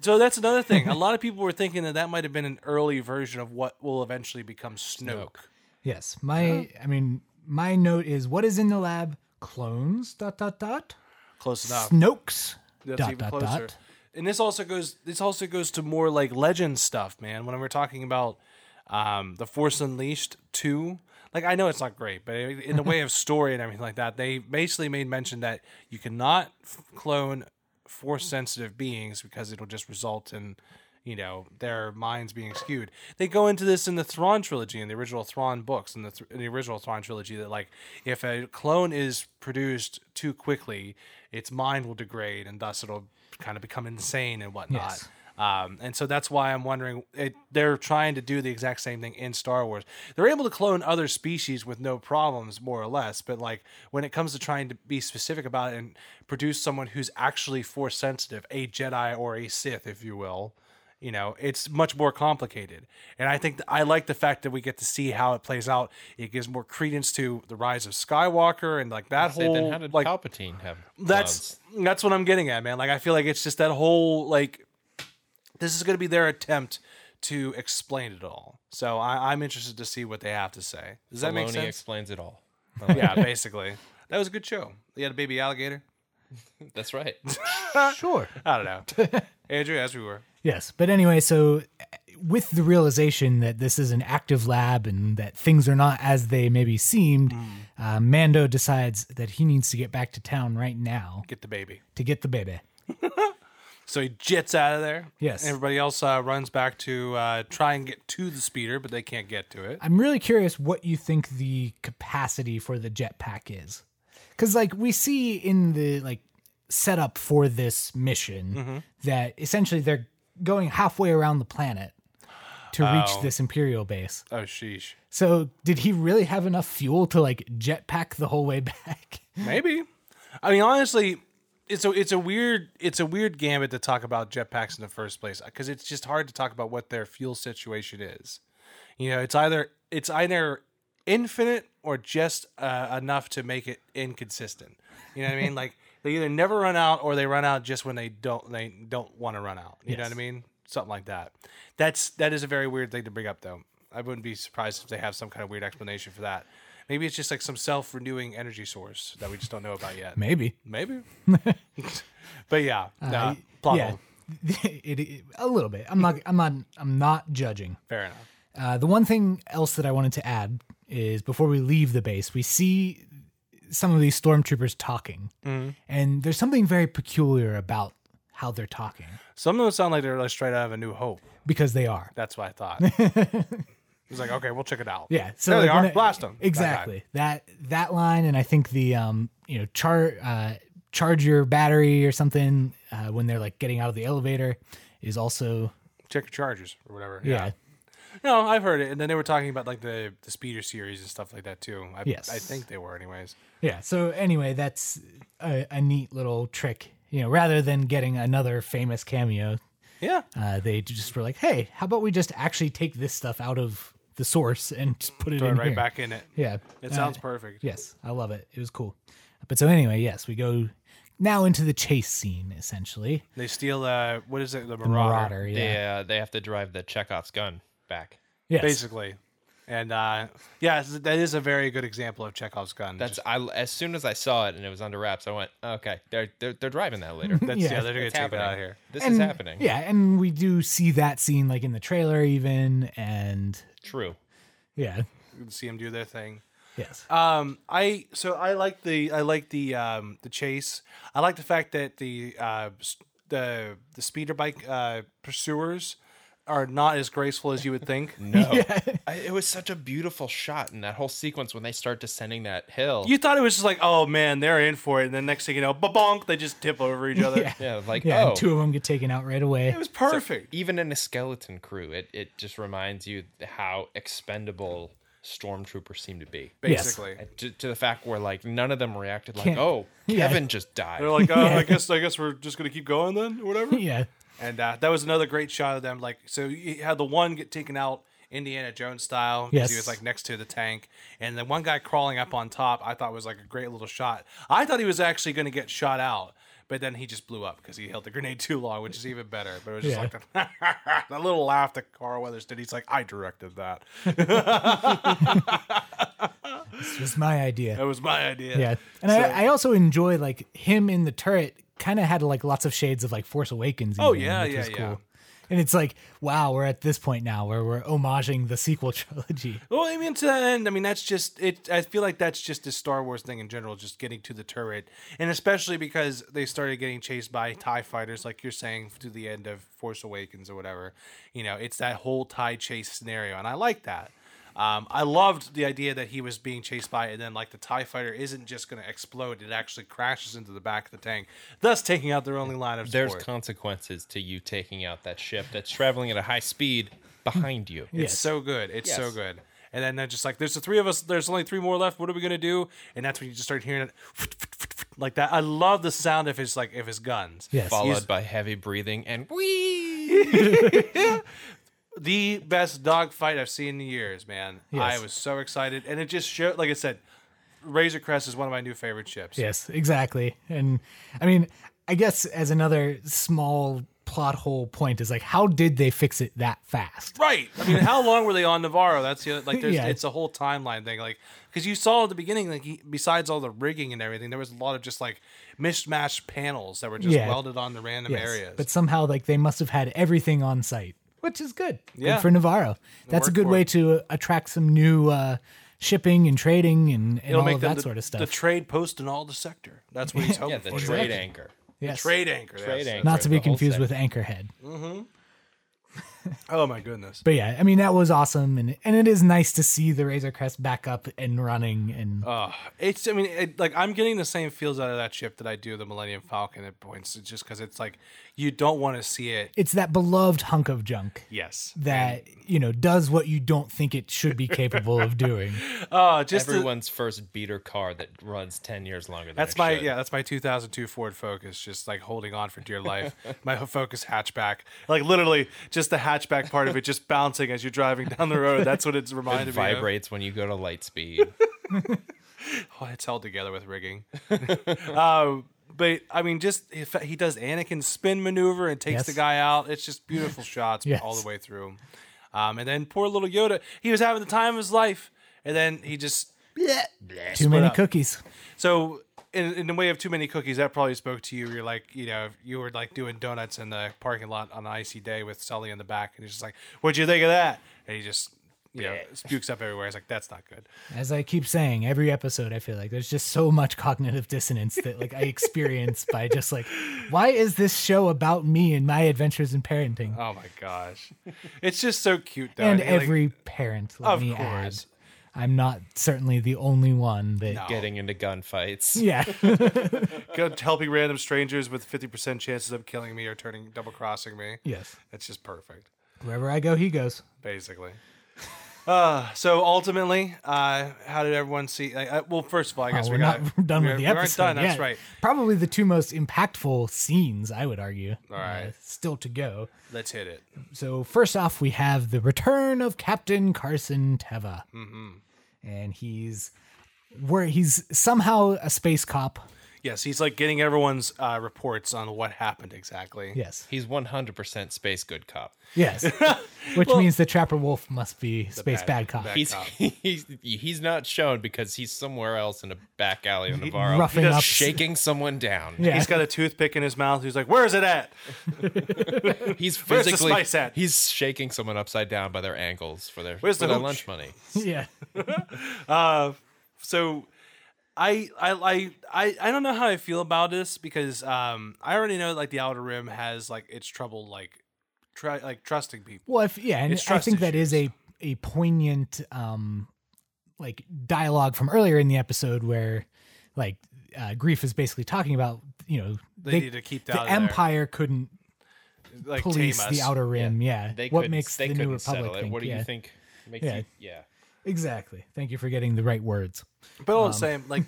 [SPEAKER 1] so that's another thing a lot of people were thinking that that might have been an early version of what will eventually become snoke,
[SPEAKER 2] Yes. My I mean, my note is what is in the lab? Clones dot dot dot.
[SPEAKER 1] close enough
[SPEAKER 2] Snokes
[SPEAKER 1] That's
[SPEAKER 2] dot
[SPEAKER 1] even
[SPEAKER 2] dot
[SPEAKER 1] closer.
[SPEAKER 2] dot.
[SPEAKER 1] And this also goes this also goes to more like legend stuff, man. When we're talking about um The Force Unleashed 2, like I know it's not great, but in the way of story and everything like that, they basically made mention that you cannot f- clone force sensitive beings because it'll just result in you know their minds being skewed. They go into this in the Thrawn trilogy, in the original Thrawn books, in the th- in the original Thrawn trilogy, that like if a clone is produced too quickly, its mind will degrade, and thus it'll kind of become insane and whatnot.
[SPEAKER 2] Yes.
[SPEAKER 1] Um, and so that's why I'm wondering. It, they're trying to do the exact same thing in Star Wars. They're able to clone other species with no problems, more or less. But like when it comes to trying to be specific about it and produce someone who's actually force sensitive, a Jedi or a Sith, if you will, you know, it's much more complicated. And I think th- I like the fact that we get to see how it plays out. It gives more credence to the rise of Skywalker and like that
[SPEAKER 5] Say,
[SPEAKER 1] whole
[SPEAKER 5] then how did
[SPEAKER 1] like
[SPEAKER 5] Palpatine have?
[SPEAKER 1] that's that's what I'm getting at, man. Like I feel like it's just that whole like this is going to be their attempt to explain it all. So I, I'm interested to see what they have to say. Does that
[SPEAKER 5] clones?
[SPEAKER 1] make
[SPEAKER 5] Filoni
[SPEAKER 1] sense?
[SPEAKER 5] explains it all.
[SPEAKER 1] yeah, basically. That was a good show. They had a baby alligator.
[SPEAKER 5] That's right.
[SPEAKER 2] Sure.
[SPEAKER 1] I don't know. Andrew, as we were.
[SPEAKER 2] Yes, but anyway, so uh, with the realization that this is an active lab and that things are not as they maybe seemed, uh, Mando decides that he needs to get back to town right now
[SPEAKER 1] Get the baby.
[SPEAKER 2] to get the baby.
[SPEAKER 1] So he jets out of there.
[SPEAKER 2] Yes.
[SPEAKER 1] Everybody else uh, runs back to uh, try and get to the speeder, but they can't get to it.
[SPEAKER 2] I'm really curious what you think the capacity for the jetpack is, because like we see in the like setup for this mission that essentially they're going halfway around the planet to reach
[SPEAKER 1] Oh.
[SPEAKER 2] this imperial base.
[SPEAKER 1] Oh, sheesh.
[SPEAKER 2] So did he really have enough fuel to like jetpack the whole way back?
[SPEAKER 1] Maybe. I mean, honestly, it's a it's a weird it's a weird gambit to talk about jetpacks in the first place because it's just hard to talk about what their fuel situation is. You know, it's either it's either infinite or just uh, enough to make it inconsistent. You know what I mean? Like they either never run out or they run out just when they don't they don't want to run out. You know what I
[SPEAKER 2] Yes.
[SPEAKER 1] mean? Something like that. That's that is a very weird thing to bring up though. I wouldn't be surprised if they have some kind of weird explanation for that. Maybe it's just like some self-renewing energy source that we just don't know about yet.
[SPEAKER 2] Maybe.
[SPEAKER 1] Maybe. but yeah, nah,
[SPEAKER 2] Uh,
[SPEAKER 1] plot
[SPEAKER 2] yeah.
[SPEAKER 1] hole.
[SPEAKER 2] It- it- a little bit. I'm not. I'm not. I'm not judging.
[SPEAKER 1] Fair enough.
[SPEAKER 2] Uh, the one thing else that I wanted to add is before we leave the base, we see some of these stormtroopers talking, and there's something very peculiar about how they're talking
[SPEAKER 1] Some of them sound like they're like straight out of A New Hope.
[SPEAKER 2] because they are.
[SPEAKER 1] That's what I thought. It's like, okay, we'll check it out.
[SPEAKER 2] Yeah. So
[SPEAKER 1] there they
[SPEAKER 2] like, when
[SPEAKER 1] are.
[SPEAKER 2] it-
[SPEAKER 1] Blast them.
[SPEAKER 2] Exactly. That that line, and I think the um, you know, char uh, charge your battery or something uh, when they're like getting out of the elevator is also uh,
[SPEAKER 1] Check your chargers or whatever.
[SPEAKER 2] yeah.
[SPEAKER 1] No, I've heard it. And then they were talking about like the, the speeder series and stuff like that too. I,
[SPEAKER 2] Yes.
[SPEAKER 1] I think they were, anyways.
[SPEAKER 2] Yeah. So anyway, that's a, a neat little trick. You know, rather than getting another famous cameo,
[SPEAKER 1] Yeah.
[SPEAKER 2] uh, they just were like, "Hey, how about we just actually take this stuff out of the source and just put it
[SPEAKER 1] Throw it
[SPEAKER 2] in
[SPEAKER 1] right
[SPEAKER 2] here?"
[SPEAKER 1] back in it.
[SPEAKER 2] Yeah.
[SPEAKER 1] It
[SPEAKER 2] Uh,
[SPEAKER 1] sounds perfect.
[SPEAKER 2] Yes, I love it. It was cool. But so anyway, yes, we go now into the chase scene essentially.
[SPEAKER 1] They steal, uh, what is it? The Marauder.
[SPEAKER 2] The Marauder, yeah.
[SPEAKER 5] They, uh, they have to drive the Chekhov's gun back.
[SPEAKER 2] Yes.
[SPEAKER 1] Basically. And uh, yeah, it's- that is a very good example of Chekhov's gun.
[SPEAKER 5] That's
[SPEAKER 1] Just-
[SPEAKER 5] I. As soon as I saw it and it was under wraps, I went, "Okay, they're they're, they're driving that later.
[SPEAKER 1] that's yeah,
[SPEAKER 2] yeah,
[SPEAKER 1] they're going to
[SPEAKER 5] It's
[SPEAKER 1] take it
[SPEAKER 5] happening
[SPEAKER 1] out of here.
[SPEAKER 5] This
[SPEAKER 2] And-
[SPEAKER 5] is happening.
[SPEAKER 2] Yeah, and we do see that scene like in the trailer even and
[SPEAKER 5] True.
[SPEAKER 2] yeah.
[SPEAKER 1] You can see them do their thing.
[SPEAKER 2] Yes.
[SPEAKER 1] Um, I so I like the I like the um the chase. I like the fact that the uh s- the the speeder bike uh pursuers are not as graceful as you would think.
[SPEAKER 5] No, I, it was such a beautiful shot in that whole sequence when they start descending that hill.
[SPEAKER 1] You thought it was just like, oh man, they're in for it, and then next thing you know, ba bonk, they just tip over each other.
[SPEAKER 2] Yeah.
[SPEAKER 5] yeah, like
[SPEAKER 2] Yeah,
[SPEAKER 5] oh,
[SPEAKER 2] and two of them get taken out right away.
[SPEAKER 1] It was perfect.
[SPEAKER 5] even in a skeleton crew, it it just reminds you how expendable stormtroopers seem to be.
[SPEAKER 2] Yes.
[SPEAKER 1] Basically,
[SPEAKER 5] And To, to the fact where like none of them reacted like,
[SPEAKER 2] Can't-
[SPEAKER 5] "Oh,
[SPEAKER 2] Yeah.
[SPEAKER 5] Kevin just died."
[SPEAKER 1] they're like, oh,
[SPEAKER 2] Yeah.
[SPEAKER 1] I guess I guess we're just gonna keep going then, or whatever.
[SPEAKER 2] yeah.
[SPEAKER 1] And uh, that was another great shot of them. Like, so you had the one get taken out Indiana Jones style. 'cause He
[SPEAKER 2] Yes.
[SPEAKER 1] was like next to the tank. And the one guy crawling up on top, I thought was like a great little shot. I thought he was actually going to get shot out, but then he just blew up because he held the grenade too long, which is even better. But it was just
[SPEAKER 2] Yeah.
[SPEAKER 1] like the, the little laugh that Carl Weathers did. He's like, I directed that.
[SPEAKER 2] It's just my idea.
[SPEAKER 1] That was my idea.
[SPEAKER 2] Yeah. And I, I also enjoy like him in the turret kind of had like lots of shades of like Force Awakens.
[SPEAKER 1] Oh,
[SPEAKER 2] even,
[SPEAKER 1] yeah,
[SPEAKER 2] which
[SPEAKER 1] yeah,
[SPEAKER 2] was
[SPEAKER 1] yeah.
[SPEAKER 2] cool. And it's like, wow, we're at this point now where we're homaging the sequel trilogy.
[SPEAKER 1] Well, I mean, to that end, I mean, that's just it. I feel like that's just the Star Wars thing in general, just getting to the turret, and especially because they started getting chased by Tie fighters, like you're saying, to the end of Force Awakens or whatever. You know, it's that whole Tie chase scenario, and I like that. Um, I loved the idea that he was being chased by, and then like the Tie fighter isn't just going to explode; it actually crashes into the back of the tank, thus taking out their only line of
[SPEAKER 5] There's
[SPEAKER 1] support.
[SPEAKER 5] consequences to you taking out that ship that's traveling at a high speed behind you.
[SPEAKER 1] It's
[SPEAKER 2] Yes.
[SPEAKER 1] so good. It's so
[SPEAKER 5] Yes.
[SPEAKER 1] good. And then they're just like, there's the three of us. There's only three more left. What are we gonna do? And that's when you just start hearing it like that. I love the sound if it's like if it's guns.
[SPEAKER 2] Yes.
[SPEAKER 5] followed
[SPEAKER 1] He's-
[SPEAKER 5] by heavy breathing and wee.
[SPEAKER 1] The best dog fight I've seen in years, man.
[SPEAKER 2] Yes.
[SPEAKER 1] I was so excited, and it just showed. Like I said, Razor Crest is one of my new favorite ships.
[SPEAKER 2] Yes, exactly. And I mean, I guess as another small plot hole point is like, how did they fix it that fast?
[SPEAKER 1] Right. I mean, how long were they on Navarro? That's the other, like, there's,
[SPEAKER 2] Yeah.
[SPEAKER 1] it's a whole timeline thing. Like, because you saw at the beginning, like, he, besides all the rigging and everything, there was a lot of just like mismatched panels that were just
[SPEAKER 2] Yeah.
[SPEAKER 1] welded on the random
[SPEAKER 2] Yes.
[SPEAKER 1] areas.
[SPEAKER 2] But somehow, like, they must have had everything on site, which is good.
[SPEAKER 1] Yeah.
[SPEAKER 2] Good for Navarro. That's a
[SPEAKER 1] work
[SPEAKER 2] good
[SPEAKER 1] for
[SPEAKER 2] way
[SPEAKER 1] it.
[SPEAKER 2] to uh, attract some new uh, shipping and trading and, and
[SPEAKER 1] It'll
[SPEAKER 2] all
[SPEAKER 1] make
[SPEAKER 2] of
[SPEAKER 1] them
[SPEAKER 2] that
[SPEAKER 1] the,
[SPEAKER 2] sort of stuff.
[SPEAKER 1] The trade post in all the sector. That's what he's hoping
[SPEAKER 5] Yeah,
[SPEAKER 1] for.
[SPEAKER 5] the trade anchor.
[SPEAKER 2] Yes.
[SPEAKER 1] Trade anchor.
[SPEAKER 5] Trade
[SPEAKER 1] that's it.
[SPEAKER 5] anchor.
[SPEAKER 2] Not to be
[SPEAKER 5] the whole
[SPEAKER 2] confused
[SPEAKER 5] thing.
[SPEAKER 2] with Anchorhead.
[SPEAKER 1] Oh my goodness.
[SPEAKER 2] But yeah, I mean, that was awesome. And, and it is nice to see the Razor Crest back up and running. And
[SPEAKER 1] Uh, it's. I mean, it, like I'm getting the same feels out of that ship that I do the Millennium Falcon at points, it's just because it's like you don't want to see it.
[SPEAKER 2] it's that beloved hunk of junk
[SPEAKER 1] Yes.
[SPEAKER 2] that, you know, does what you don't think it should be capable of doing.
[SPEAKER 1] Oh, just the-
[SPEAKER 5] Everyone's first beater car that runs ten years longer. Than
[SPEAKER 1] that's
[SPEAKER 5] it
[SPEAKER 1] my
[SPEAKER 5] should.
[SPEAKER 1] yeah. That's my 2002 Ford Focus, just like holding on for dear life. my Focus hatchback, like literally just the hatchback part of it, just bouncing as you're driving down the road. That's what it's reminded
[SPEAKER 5] It
[SPEAKER 1] me. of.
[SPEAKER 5] vibrates when you go to light speed.
[SPEAKER 1] Oh, it's held together with rigging. um, but I mean, just if he does Anakin's spin maneuver and takes
[SPEAKER 2] Yes.
[SPEAKER 1] the guy out. It's just beautiful shots
[SPEAKER 2] Yes.
[SPEAKER 1] all the way through. Um, and then poor little Yoda, he was having the time of his life, and then he just
[SPEAKER 2] Too many
[SPEAKER 1] up.
[SPEAKER 2] cookies.
[SPEAKER 1] so. In, in the way of too many cookies, that probably spoke to you. You're like, you know, you were like doing donuts in the parking lot on an icy day with Sully in the back, and he's just like, "What'd you think of that?" And he just, you know, spukes up everywhere. He's like, "That's not good."
[SPEAKER 2] As I keep saying, every episode, I feel like there's just so much cognitive dissonance that like I experience by just like, why is this show about me and my adventures in parenting?
[SPEAKER 1] Oh my gosh, it's just so cute though.
[SPEAKER 2] and
[SPEAKER 1] he, like-
[SPEAKER 2] every parent, let
[SPEAKER 1] Of
[SPEAKER 2] me
[SPEAKER 1] course.
[SPEAKER 2] add, I'm not certainly the only one that.
[SPEAKER 1] No.
[SPEAKER 5] Getting into gunfights.
[SPEAKER 2] Yeah,
[SPEAKER 1] Go to helping random strangers with 50% chances of killing me or turning double crossing me.
[SPEAKER 2] yes.
[SPEAKER 1] It's just perfect,
[SPEAKER 2] Wherever I go, he goes.
[SPEAKER 1] basically. Uh, so ultimately, uh, how did everyone see? Like, uh, well, first of all, I
[SPEAKER 2] Oh,
[SPEAKER 1] guess
[SPEAKER 2] we're
[SPEAKER 1] we
[SPEAKER 2] not
[SPEAKER 1] got
[SPEAKER 2] done
[SPEAKER 1] we
[SPEAKER 2] with the
[SPEAKER 1] we aren't
[SPEAKER 2] episode.
[SPEAKER 1] done, That's
[SPEAKER 2] yet.
[SPEAKER 1] right.
[SPEAKER 2] Probably the two most impactful scenes, I would argue. All
[SPEAKER 1] right.
[SPEAKER 2] still to go.
[SPEAKER 1] Let's hit it.
[SPEAKER 2] So first off, we have the return of Captain Carson Teva,
[SPEAKER 1] Mm-hmm.
[SPEAKER 2] and he's where he's somehow a space cop.
[SPEAKER 1] Yes, he's like getting everyone's uh, reports on what happened exactly.
[SPEAKER 2] Yes,
[SPEAKER 5] He's 100% space good cop.
[SPEAKER 2] yes, which means the Trapper Wolf must be space bad, cop.
[SPEAKER 1] bad
[SPEAKER 5] He's
[SPEAKER 1] cop.
[SPEAKER 5] he's he's not shown because he's somewhere else in a back alley in Navarro,
[SPEAKER 2] roughing
[SPEAKER 5] He's
[SPEAKER 2] up-
[SPEAKER 5] shaking someone down.
[SPEAKER 2] Yeah.
[SPEAKER 1] He's got a toothpick in his mouth. He's like, "Where's it at?"
[SPEAKER 5] He's
[SPEAKER 1] Where's the
[SPEAKER 5] physically
[SPEAKER 1] spice at?
[SPEAKER 5] he's shaking someone upside down by their ankles for their
[SPEAKER 1] Where's
[SPEAKER 5] for
[SPEAKER 1] the
[SPEAKER 5] their
[SPEAKER 1] hooch?
[SPEAKER 5] lunch money.
[SPEAKER 2] yeah,
[SPEAKER 1] Uh, so I, I I I I don't know how I feel about this because um I already know like the Outer Rim has like its trouble like try like trusting people.
[SPEAKER 2] Well, if, yeah, and
[SPEAKER 1] It's
[SPEAKER 2] I
[SPEAKER 1] trust
[SPEAKER 2] think that is
[SPEAKER 1] issues.
[SPEAKER 2] a a poignant um like dialogue from earlier in the episode where like uh, grief is basically talking about you know
[SPEAKER 1] They, need to keep that
[SPEAKER 2] the empire couldn't
[SPEAKER 1] like
[SPEAKER 2] police
[SPEAKER 1] tame us.
[SPEAKER 2] the outer rim yeah,
[SPEAKER 5] They
[SPEAKER 2] what
[SPEAKER 5] couldn't-
[SPEAKER 2] makes
[SPEAKER 5] they
[SPEAKER 2] the new
[SPEAKER 5] couldn't
[SPEAKER 2] republic
[SPEAKER 5] settle it.
[SPEAKER 2] think,
[SPEAKER 5] What do
[SPEAKER 2] yeah.
[SPEAKER 5] you think makes
[SPEAKER 2] Yeah.
[SPEAKER 5] you yeah.
[SPEAKER 2] exactly thank you for getting the right words
[SPEAKER 1] But
[SPEAKER 2] Um,
[SPEAKER 1] all the same, like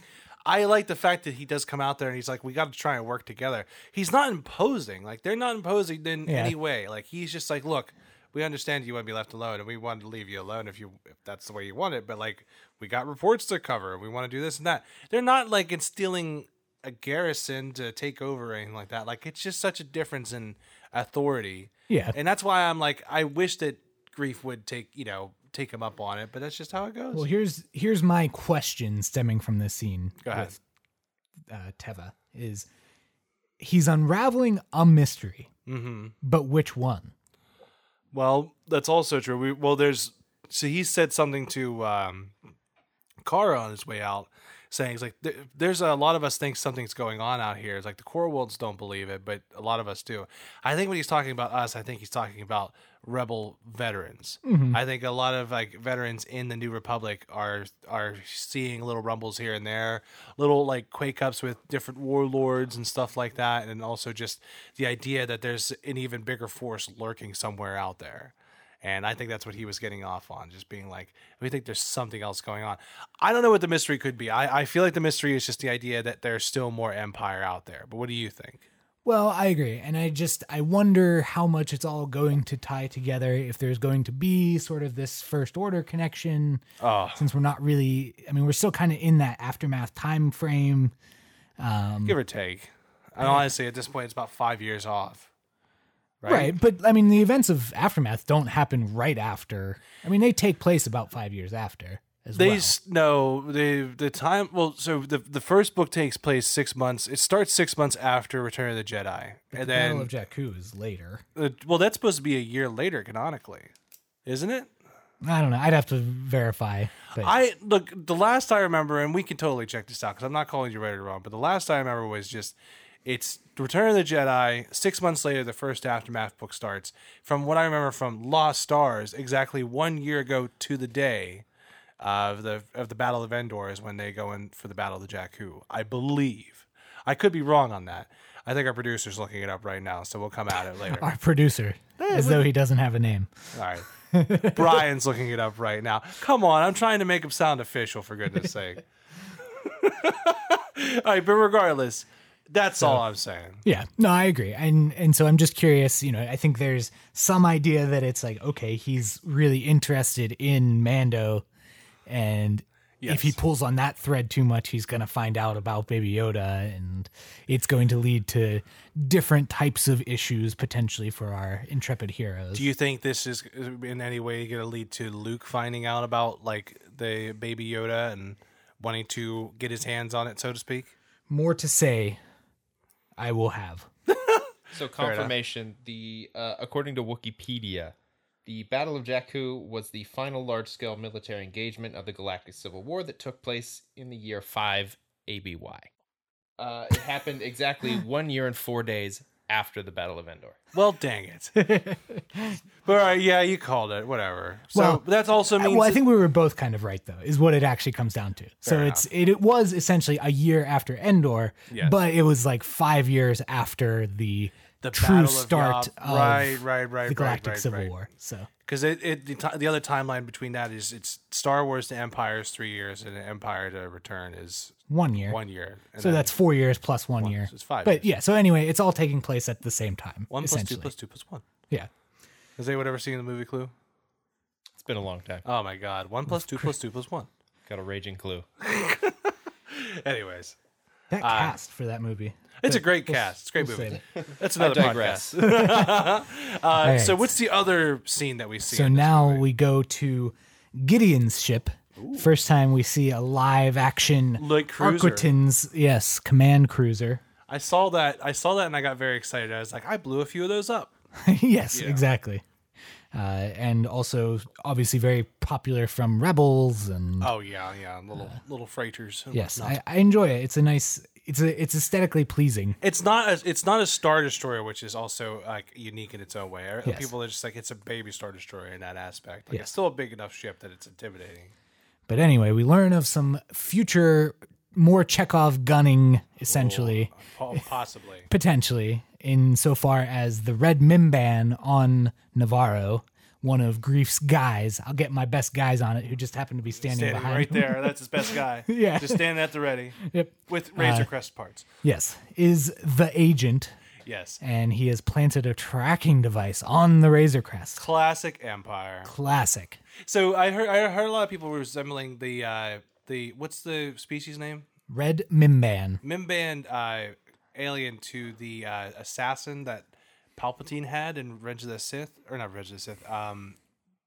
[SPEAKER 1] I like the fact that he does come out there and he's like, "We got to try and work together." He's not imposing. Like they're not imposing in
[SPEAKER 2] Yeah.
[SPEAKER 1] any way. Like he's just like, "Look, we understand you want to be left alone, and we wanted to leave you alone if you if that's the way you want it." But like, we got reports to cover. and We want to do this and that. They're not like instilling a garrison to take over or anything like that. Like it's just such a difference in authority,
[SPEAKER 2] yeah
[SPEAKER 1] and that's why I'm like, I wish that grief would take you know take him up on it, but that's just how it goes.
[SPEAKER 2] well here's here's my question stemming from this scene
[SPEAKER 1] Go ahead.
[SPEAKER 2] with uh, teva is he's unraveling a mystery
[SPEAKER 1] mm-hmm.
[SPEAKER 2] but which one
[SPEAKER 1] Well, that's also true. We, well, there's so he said something to um, Kara on his way out, saying he's like, "There- "There's a lot of us think something's going on out here." It's like the core worlds don't believe it, but a lot of us do. I think when he's talking about us, I think he's talking about rebel veterans. I think a lot of like veterans in the New Republic are are seeing little rumbles here and there, little like quake ups with different warlords and stuff like that, and also just the idea that there's an even bigger force lurking somewhere out there. And I think that's what he was getting off on, just being like, we think there's something else going on. I don't know what the mystery could be. I, I feel like the mystery is just the idea that there's still more empire out there. But what do you think?
[SPEAKER 2] Well, I agree. And I just I wonder how much it's all going to tie together if there's going to be sort of this first order connection
[SPEAKER 5] Ah.
[SPEAKER 1] Oh,
[SPEAKER 2] since we're not really I mean, we're still kind of in that aftermath time frame. Um,
[SPEAKER 1] give or take. And honestly, at this point, it's about five years off.
[SPEAKER 5] right?
[SPEAKER 2] Right, but I mean, the events of Aftermath don't happen right after. I mean, they take place about five years after as
[SPEAKER 1] They
[SPEAKER 2] well.
[SPEAKER 1] s no the the time well so the the first book takes place six months it starts six months after Return of the Jedi
[SPEAKER 2] But
[SPEAKER 1] and
[SPEAKER 2] the Battle
[SPEAKER 1] then
[SPEAKER 2] of Jakku is later.
[SPEAKER 1] uh, well that's supposed to be a year later canonically isn't it
[SPEAKER 2] I don't know. I'd have to verify. But
[SPEAKER 1] I look the last I remember, and we can totally check this out because I'm not calling you right or wrong, but the last I remember was just it's Return of the Jedi. Six months later, the first aftermath book starts. From what I remember from Lost Stars, exactly one year ago to the day of the of the Battle of Endor is when they go in for the Battle of the Jakku. I believe. I could be wrong on that. I think our producer's looking it up right now, so we'll come at it later.
[SPEAKER 2] our producer,
[SPEAKER 1] Eh,
[SPEAKER 2] as though he doesn't have a name.
[SPEAKER 1] All right. Brian's looking it up right now. Come on, I'm trying to make him sound official for goodness sake. all right, but regardless, that's all I'm saying.
[SPEAKER 2] Yeah, no, I agree, and and so I'm just curious. You know, I think there's some idea that it's like, okay, he's really interested in Mando, and if he
[SPEAKER 1] Yes.
[SPEAKER 2] pulls on that thread too much, he's gonna find out about Baby Yoda, and it's going to lead to different types of issues potentially for our intrepid heroes.
[SPEAKER 1] Do you think this is in any way going to lead to Luke finding out about like the baby Yoda and wanting to get his hands on it, so to speak?
[SPEAKER 2] More to say, I will have.
[SPEAKER 5] So
[SPEAKER 1] enough.
[SPEAKER 5] confirmation: the uh, according to Wikipedia, the Battle of Jakku was the final large-scale military engagement of the Galactic Civil War that took place in the year five ABY. Uh, it happened exactly one year and four days after the Battle of Endor.
[SPEAKER 1] Well, dang it! but all right, yeah, you called it. Whatever. So
[SPEAKER 2] Well,
[SPEAKER 1] that's also means.
[SPEAKER 2] well, I think we were both kind of right, though, is what it actually comes down to. so it's it, it was essentially a year after Endor,
[SPEAKER 1] Yes.
[SPEAKER 2] but it was like five years after the,
[SPEAKER 1] The
[SPEAKER 2] true
[SPEAKER 1] Battle of
[SPEAKER 2] start
[SPEAKER 1] Yavin.
[SPEAKER 2] of
[SPEAKER 1] Right, right, right,
[SPEAKER 2] the
[SPEAKER 1] right,
[SPEAKER 2] Galactic
[SPEAKER 1] right,
[SPEAKER 2] Civil
[SPEAKER 1] right.
[SPEAKER 2] War. So
[SPEAKER 1] because it, it the, ti the other timeline between that is it's Star Wars to Empire is three years, and Empire to Return is
[SPEAKER 2] one year.
[SPEAKER 1] one year. And
[SPEAKER 2] so
[SPEAKER 1] then
[SPEAKER 2] that's four years plus one, year.
[SPEAKER 1] so it's five years.
[SPEAKER 2] But yeah, so anyway, it's all taking place at the same time.
[SPEAKER 1] one plus two
[SPEAKER 2] essentially.
[SPEAKER 1] plus two plus one.
[SPEAKER 2] Yeah.
[SPEAKER 1] Has anyone ever seen the movie Clue?
[SPEAKER 5] It's been a long time.
[SPEAKER 1] Oh my God! One plus two plus two plus one.
[SPEAKER 5] Got a raging clue.
[SPEAKER 1] Anyways,
[SPEAKER 2] That
[SPEAKER 1] Uh,
[SPEAKER 2] cast for that movie.
[SPEAKER 1] it's a
[SPEAKER 2] But
[SPEAKER 1] great
[SPEAKER 2] we'll s-
[SPEAKER 1] cast. It's a great
[SPEAKER 2] we'll
[SPEAKER 1] movie.
[SPEAKER 2] save
[SPEAKER 1] That's another
[SPEAKER 5] digress.
[SPEAKER 1] podcast. uh, So
[SPEAKER 2] right.
[SPEAKER 1] what's the other scene that we see?
[SPEAKER 2] So
[SPEAKER 1] in this
[SPEAKER 2] now
[SPEAKER 1] movie?
[SPEAKER 2] we go to Gideon's ship. First time we see a live action
[SPEAKER 1] Like cruiser.
[SPEAKER 2] Arquatin's, yes, command cruiser.
[SPEAKER 1] I saw that. I saw that, and I got very excited. I was like, I blew a few of those up.
[SPEAKER 2] yes, exactly. Uh, and also, obviously, very popular from Rebels, and
[SPEAKER 1] Oh yeah, yeah, little little freighters. and
[SPEAKER 2] yes,
[SPEAKER 1] whatnot.
[SPEAKER 2] I, I enjoy it. It's a nice, it's a, it's aesthetically pleasing.
[SPEAKER 1] It's not a it's not a star destroyer, which is also like unique in its own way. Or
[SPEAKER 2] Yes.
[SPEAKER 1] People are just like it's a baby star destroyer in that aspect. Like
[SPEAKER 2] Yes.
[SPEAKER 1] it's still a big enough ship that it's intimidating.
[SPEAKER 2] But anyway, we learn of some future, more Chekhov gunning,
[SPEAKER 1] Oh,
[SPEAKER 2] essentially,
[SPEAKER 1] Po- Possibly,
[SPEAKER 2] potentially, insofar as the red Mimban on Navarro, one of Grief's guys. I'll get my best guys on it, who just happen to be standing,
[SPEAKER 1] standing
[SPEAKER 2] behind
[SPEAKER 1] right
[SPEAKER 2] him.
[SPEAKER 1] there. That's his best guy.
[SPEAKER 2] Yeah. Uh,
[SPEAKER 1] just standing at the ready
[SPEAKER 2] Yep.
[SPEAKER 1] with razor crest parts.
[SPEAKER 2] Yes, is the agent,
[SPEAKER 1] Yes,
[SPEAKER 2] and he has planted a tracking device on the Razor Crest.
[SPEAKER 1] classic Empire.
[SPEAKER 2] classic.
[SPEAKER 1] So I heard I heard a lot of people resembling the uh the what's the species name
[SPEAKER 2] Red Mimban.
[SPEAKER 1] Mimban uh, alien to the uh, assassin that Palpatine had in Revenge of the Sith, or not Revenge of the Sith, um,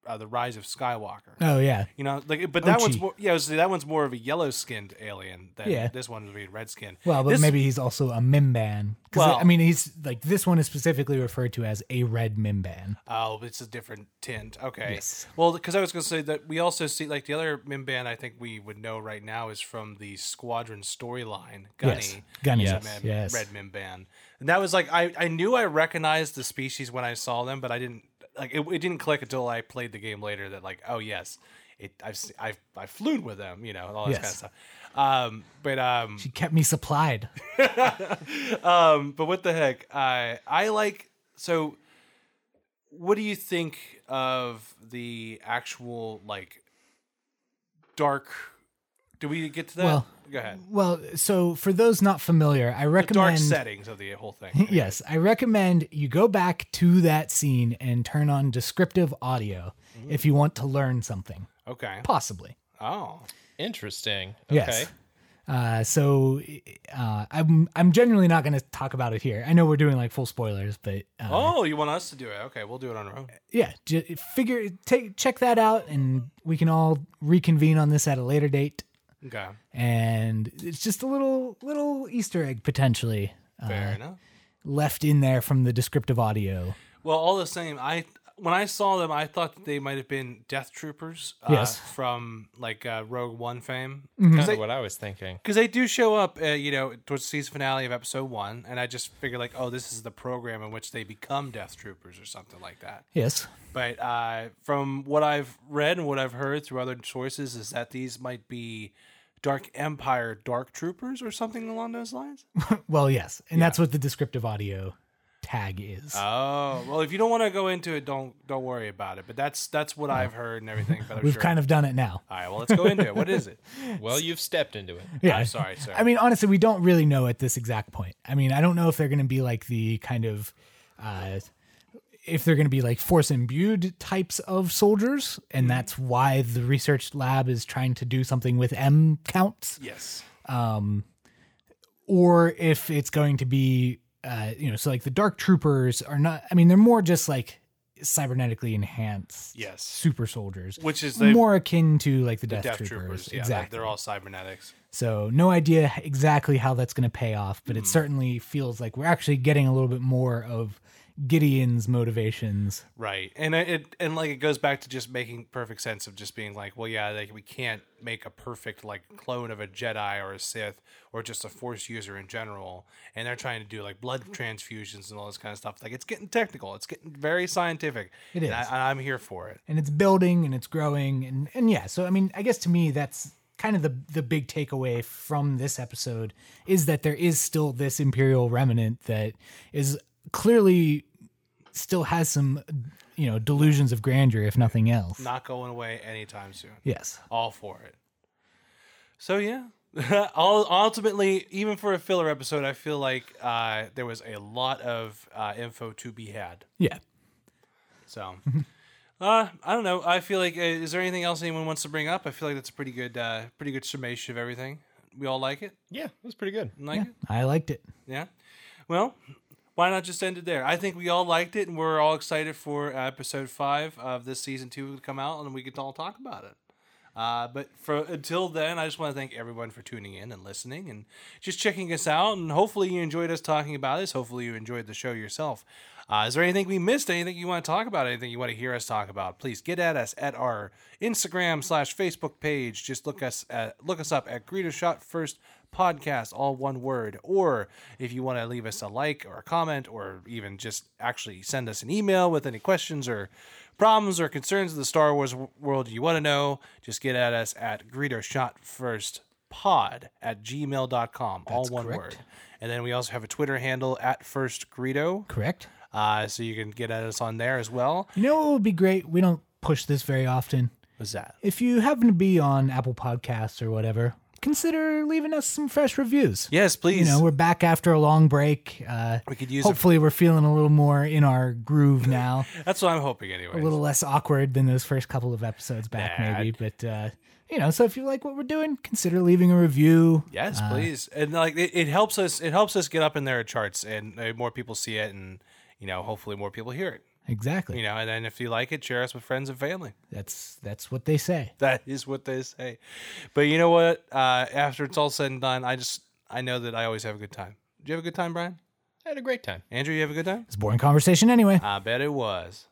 [SPEAKER 1] uh, the Rise of Skywalker.
[SPEAKER 2] Oh yeah.
[SPEAKER 1] You know, like, but that one's
[SPEAKER 2] Ochi.
[SPEAKER 1] more, yeah, so that one's more of a yellow-skinned alien than
[SPEAKER 2] Yeah.
[SPEAKER 1] this one would be red skin.
[SPEAKER 2] Well, but
[SPEAKER 1] This-
[SPEAKER 2] maybe he's also a Mimban. 'Cause,
[SPEAKER 1] Well-
[SPEAKER 2] I mean, he's like this one is specifically referred to as a red Mimban.
[SPEAKER 1] oh, but it's a different tint. Okay,
[SPEAKER 2] Yes.
[SPEAKER 1] well, because I was going to say that we also see like the other Mimban I think we would know right now is from the Squadron storyline, Gunny.
[SPEAKER 2] Yes. Gunny.
[SPEAKER 1] It's a
[SPEAKER 2] Yes.
[SPEAKER 1] Mim-
[SPEAKER 2] Yes.
[SPEAKER 1] red mimban and that was like I, I knew i recognized the species when i saw them but i didn't like it, it didn't click until i played the game later that like oh yes it i've se- i've i flew with them you know and all this
[SPEAKER 2] Yes.
[SPEAKER 1] kind of stuff um but um
[SPEAKER 2] She kept me supplied.
[SPEAKER 1] um but what the heck i i like so what do you think of the actual like dark do we get to that
[SPEAKER 2] Well,
[SPEAKER 1] go ahead
[SPEAKER 2] Well, so for those not familiar,
[SPEAKER 1] the
[SPEAKER 2] I
[SPEAKER 1] dark
[SPEAKER 2] recommend.
[SPEAKER 1] settings of the whole thing
[SPEAKER 2] yes, I recommend you go back to that scene and turn on descriptive audio
[SPEAKER 1] Mm-hmm.
[SPEAKER 2] if you want to learn something,
[SPEAKER 1] okay
[SPEAKER 2] possibly.
[SPEAKER 1] oh
[SPEAKER 5] Interesting. Okay.
[SPEAKER 2] Yes. Uh, so uh, I'm I'm generally not going to talk about it here. I know we're doing like full spoilers, but uh,
[SPEAKER 1] oh, you want us to do it? Okay, we'll do it on our own.
[SPEAKER 2] yeah, j- figure take check that out, and we can all reconvene on this at a later date.
[SPEAKER 1] Okay,
[SPEAKER 2] And it's just a little little Easter egg potentially
[SPEAKER 1] fair
[SPEAKER 2] uh,
[SPEAKER 1] enough.
[SPEAKER 2] left in there from the descriptive audio.
[SPEAKER 1] Well, all the same, I when I saw them, I thought that they might have been Death Troopers uh,
[SPEAKER 2] Yes.
[SPEAKER 1] from like uh, Rogue One fame.
[SPEAKER 5] Kind
[SPEAKER 1] they-
[SPEAKER 5] of what I was thinking.
[SPEAKER 1] because they do show up, uh, you know, towards the season finale of episode one, and I just figured like, oh, this is the program in which they become Death Troopers or something like that.
[SPEAKER 2] Yes.
[SPEAKER 1] But uh, from what I've read and what I've heard through other sources, is that these might be Dark Empire Dark Troopers or something along those lines.
[SPEAKER 2] Well, yes, and that's what the descriptive audio tag is.
[SPEAKER 1] Oh well, if you don't want to go into it, don't don't worry about it. But that's that's what I've heard and everything. But I'm
[SPEAKER 2] We've
[SPEAKER 1] sure.
[SPEAKER 2] kind of done it now.
[SPEAKER 1] all right. Well, let's go into it. What is it?
[SPEAKER 5] Well, you've stepped into it.
[SPEAKER 2] Yeah.
[SPEAKER 1] I'm sorry, sir.
[SPEAKER 2] I mean, honestly, we don't really know at this exact point. I mean, I don't know if they're going to be like the kind of, uh, if they're going to be like force imbued types of soldiers,
[SPEAKER 1] Hmm.
[SPEAKER 2] and that's why the research lab is trying to do something with M counts,
[SPEAKER 1] yes.
[SPEAKER 2] or if it's going to be, uh, you know, so like the dark troopers are not. I mean, they're more just like cybernetically enhanced,
[SPEAKER 1] Yes.
[SPEAKER 2] super soldiers,
[SPEAKER 1] Which is the
[SPEAKER 2] more akin to like the death,
[SPEAKER 1] Death
[SPEAKER 2] troopers.
[SPEAKER 1] Troopers. Yeah, they're-
[SPEAKER 2] exactly.
[SPEAKER 1] they're all cybernetics.
[SPEAKER 2] So no idea exactly how that's going to pay off, but it
[SPEAKER 1] Hmm.
[SPEAKER 2] certainly feels like we're actually getting a little bit more of Gideon's motivations.
[SPEAKER 1] Right, and I- it and like it goes back to just making perfect sense of just being like, well, yeah, like we can't make a perfect like clone of a Jedi or a Sith or just a Force user in general, and they're trying to do like blood transfusions and all this kind of stuff. Like it's getting technical, it's getting very scientific.
[SPEAKER 2] It
[SPEAKER 1] and I,
[SPEAKER 2] is.
[SPEAKER 1] and I'm here for it.
[SPEAKER 2] And it's building and it's growing and and yeah, so I mean, I guess to me that's kind of the the big takeaway from this episode is that there is still this imperial remnant that is clearly still has some you know delusions of grandeur if nothing else.
[SPEAKER 1] Not going away anytime soon.
[SPEAKER 2] yes.
[SPEAKER 1] All for it. So yeah. All, ultimately, even for a filler episode, I feel like uh, there was a lot of uh, info to be had.
[SPEAKER 2] Yeah.
[SPEAKER 1] So, uh, I don't know. I feel like uh, is there anything else anyone wants to bring up? I feel like that's a pretty good, uh, pretty good summation of everything. We all like it.
[SPEAKER 5] Yeah, it was pretty good.
[SPEAKER 1] Like it.
[SPEAKER 2] I liked it.
[SPEAKER 1] Yeah. Well, why not just end it there? I think we all liked it, and we're all excited for uh, episode five of this season two to come out, and we can all talk about it. Uh, but for until then, I just want to thank everyone for tuning in and listening and just checking us out. And hopefully, you enjoyed us talking about this. Hopefully, you enjoyed the show yourself. Uh, is there anything we missed? Anything you want to talk about? Anything you want to hear us talk about? Please get at us at our Instagram slash Facebook page. Just look us at, look us up at Greeter Shot First Podcast, all one word. Or if you want to leave us a like or a comment, or even just actually send us an email with any questions or problems or concerns of the Star Wars w- world you want to know, just get at us at greetershotfirstpod at gmail.com. all one
[SPEAKER 2] correct.
[SPEAKER 1] word. And then we also have a Twitter handle at first Greedo.
[SPEAKER 2] Correct?
[SPEAKER 1] Uh, so you can get at us on there as well.
[SPEAKER 2] You know what would be great? We don't push this very often.
[SPEAKER 1] What's that?
[SPEAKER 2] If you happen to be on Apple Podcasts or whatever, consider leaving us some fresh reviews.
[SPEAKER 1] Yes,
[SPEAKER 2] You
[SPEAKER 1] please.
[SPEAKER 2] know, we're back after a long break. Uh,
[SPEAKER 1] we could use a,
[SPEAKER 2] hopefully, we're feeling a little more in our groove now,
[SPEAKER 1] that's what I'm hoping anyway.
[SPEAKER 2] a little less awkward than those first couple of episodes back, maybe. But, uh, you know, so if you like what we're doing, consider leaving a review.
[SPEAKER 1] Yes, please. And like it, it helps us it helps us get up in their charts and uh, more people see it and you know, hopefully more people hear it.
[SPEAKER 2] Exactly.
[SPEAKER 1] You know, and then if you like it, share us with friends and family.
[SPEAKER 2] That's that's what they say.
[SPEAKER 1] That is what they say. But you know what? Uh, after it's all said and done, I just I know that I always have a good time. Did you have a good time, Brian?
[SPEAKER 5] I had a great time.
[SPEAKER 1] Andrew, you have a good time?
[SPEAKER 2] It's a boring conversation anyway.
[SPEAKER 1] I bet it was.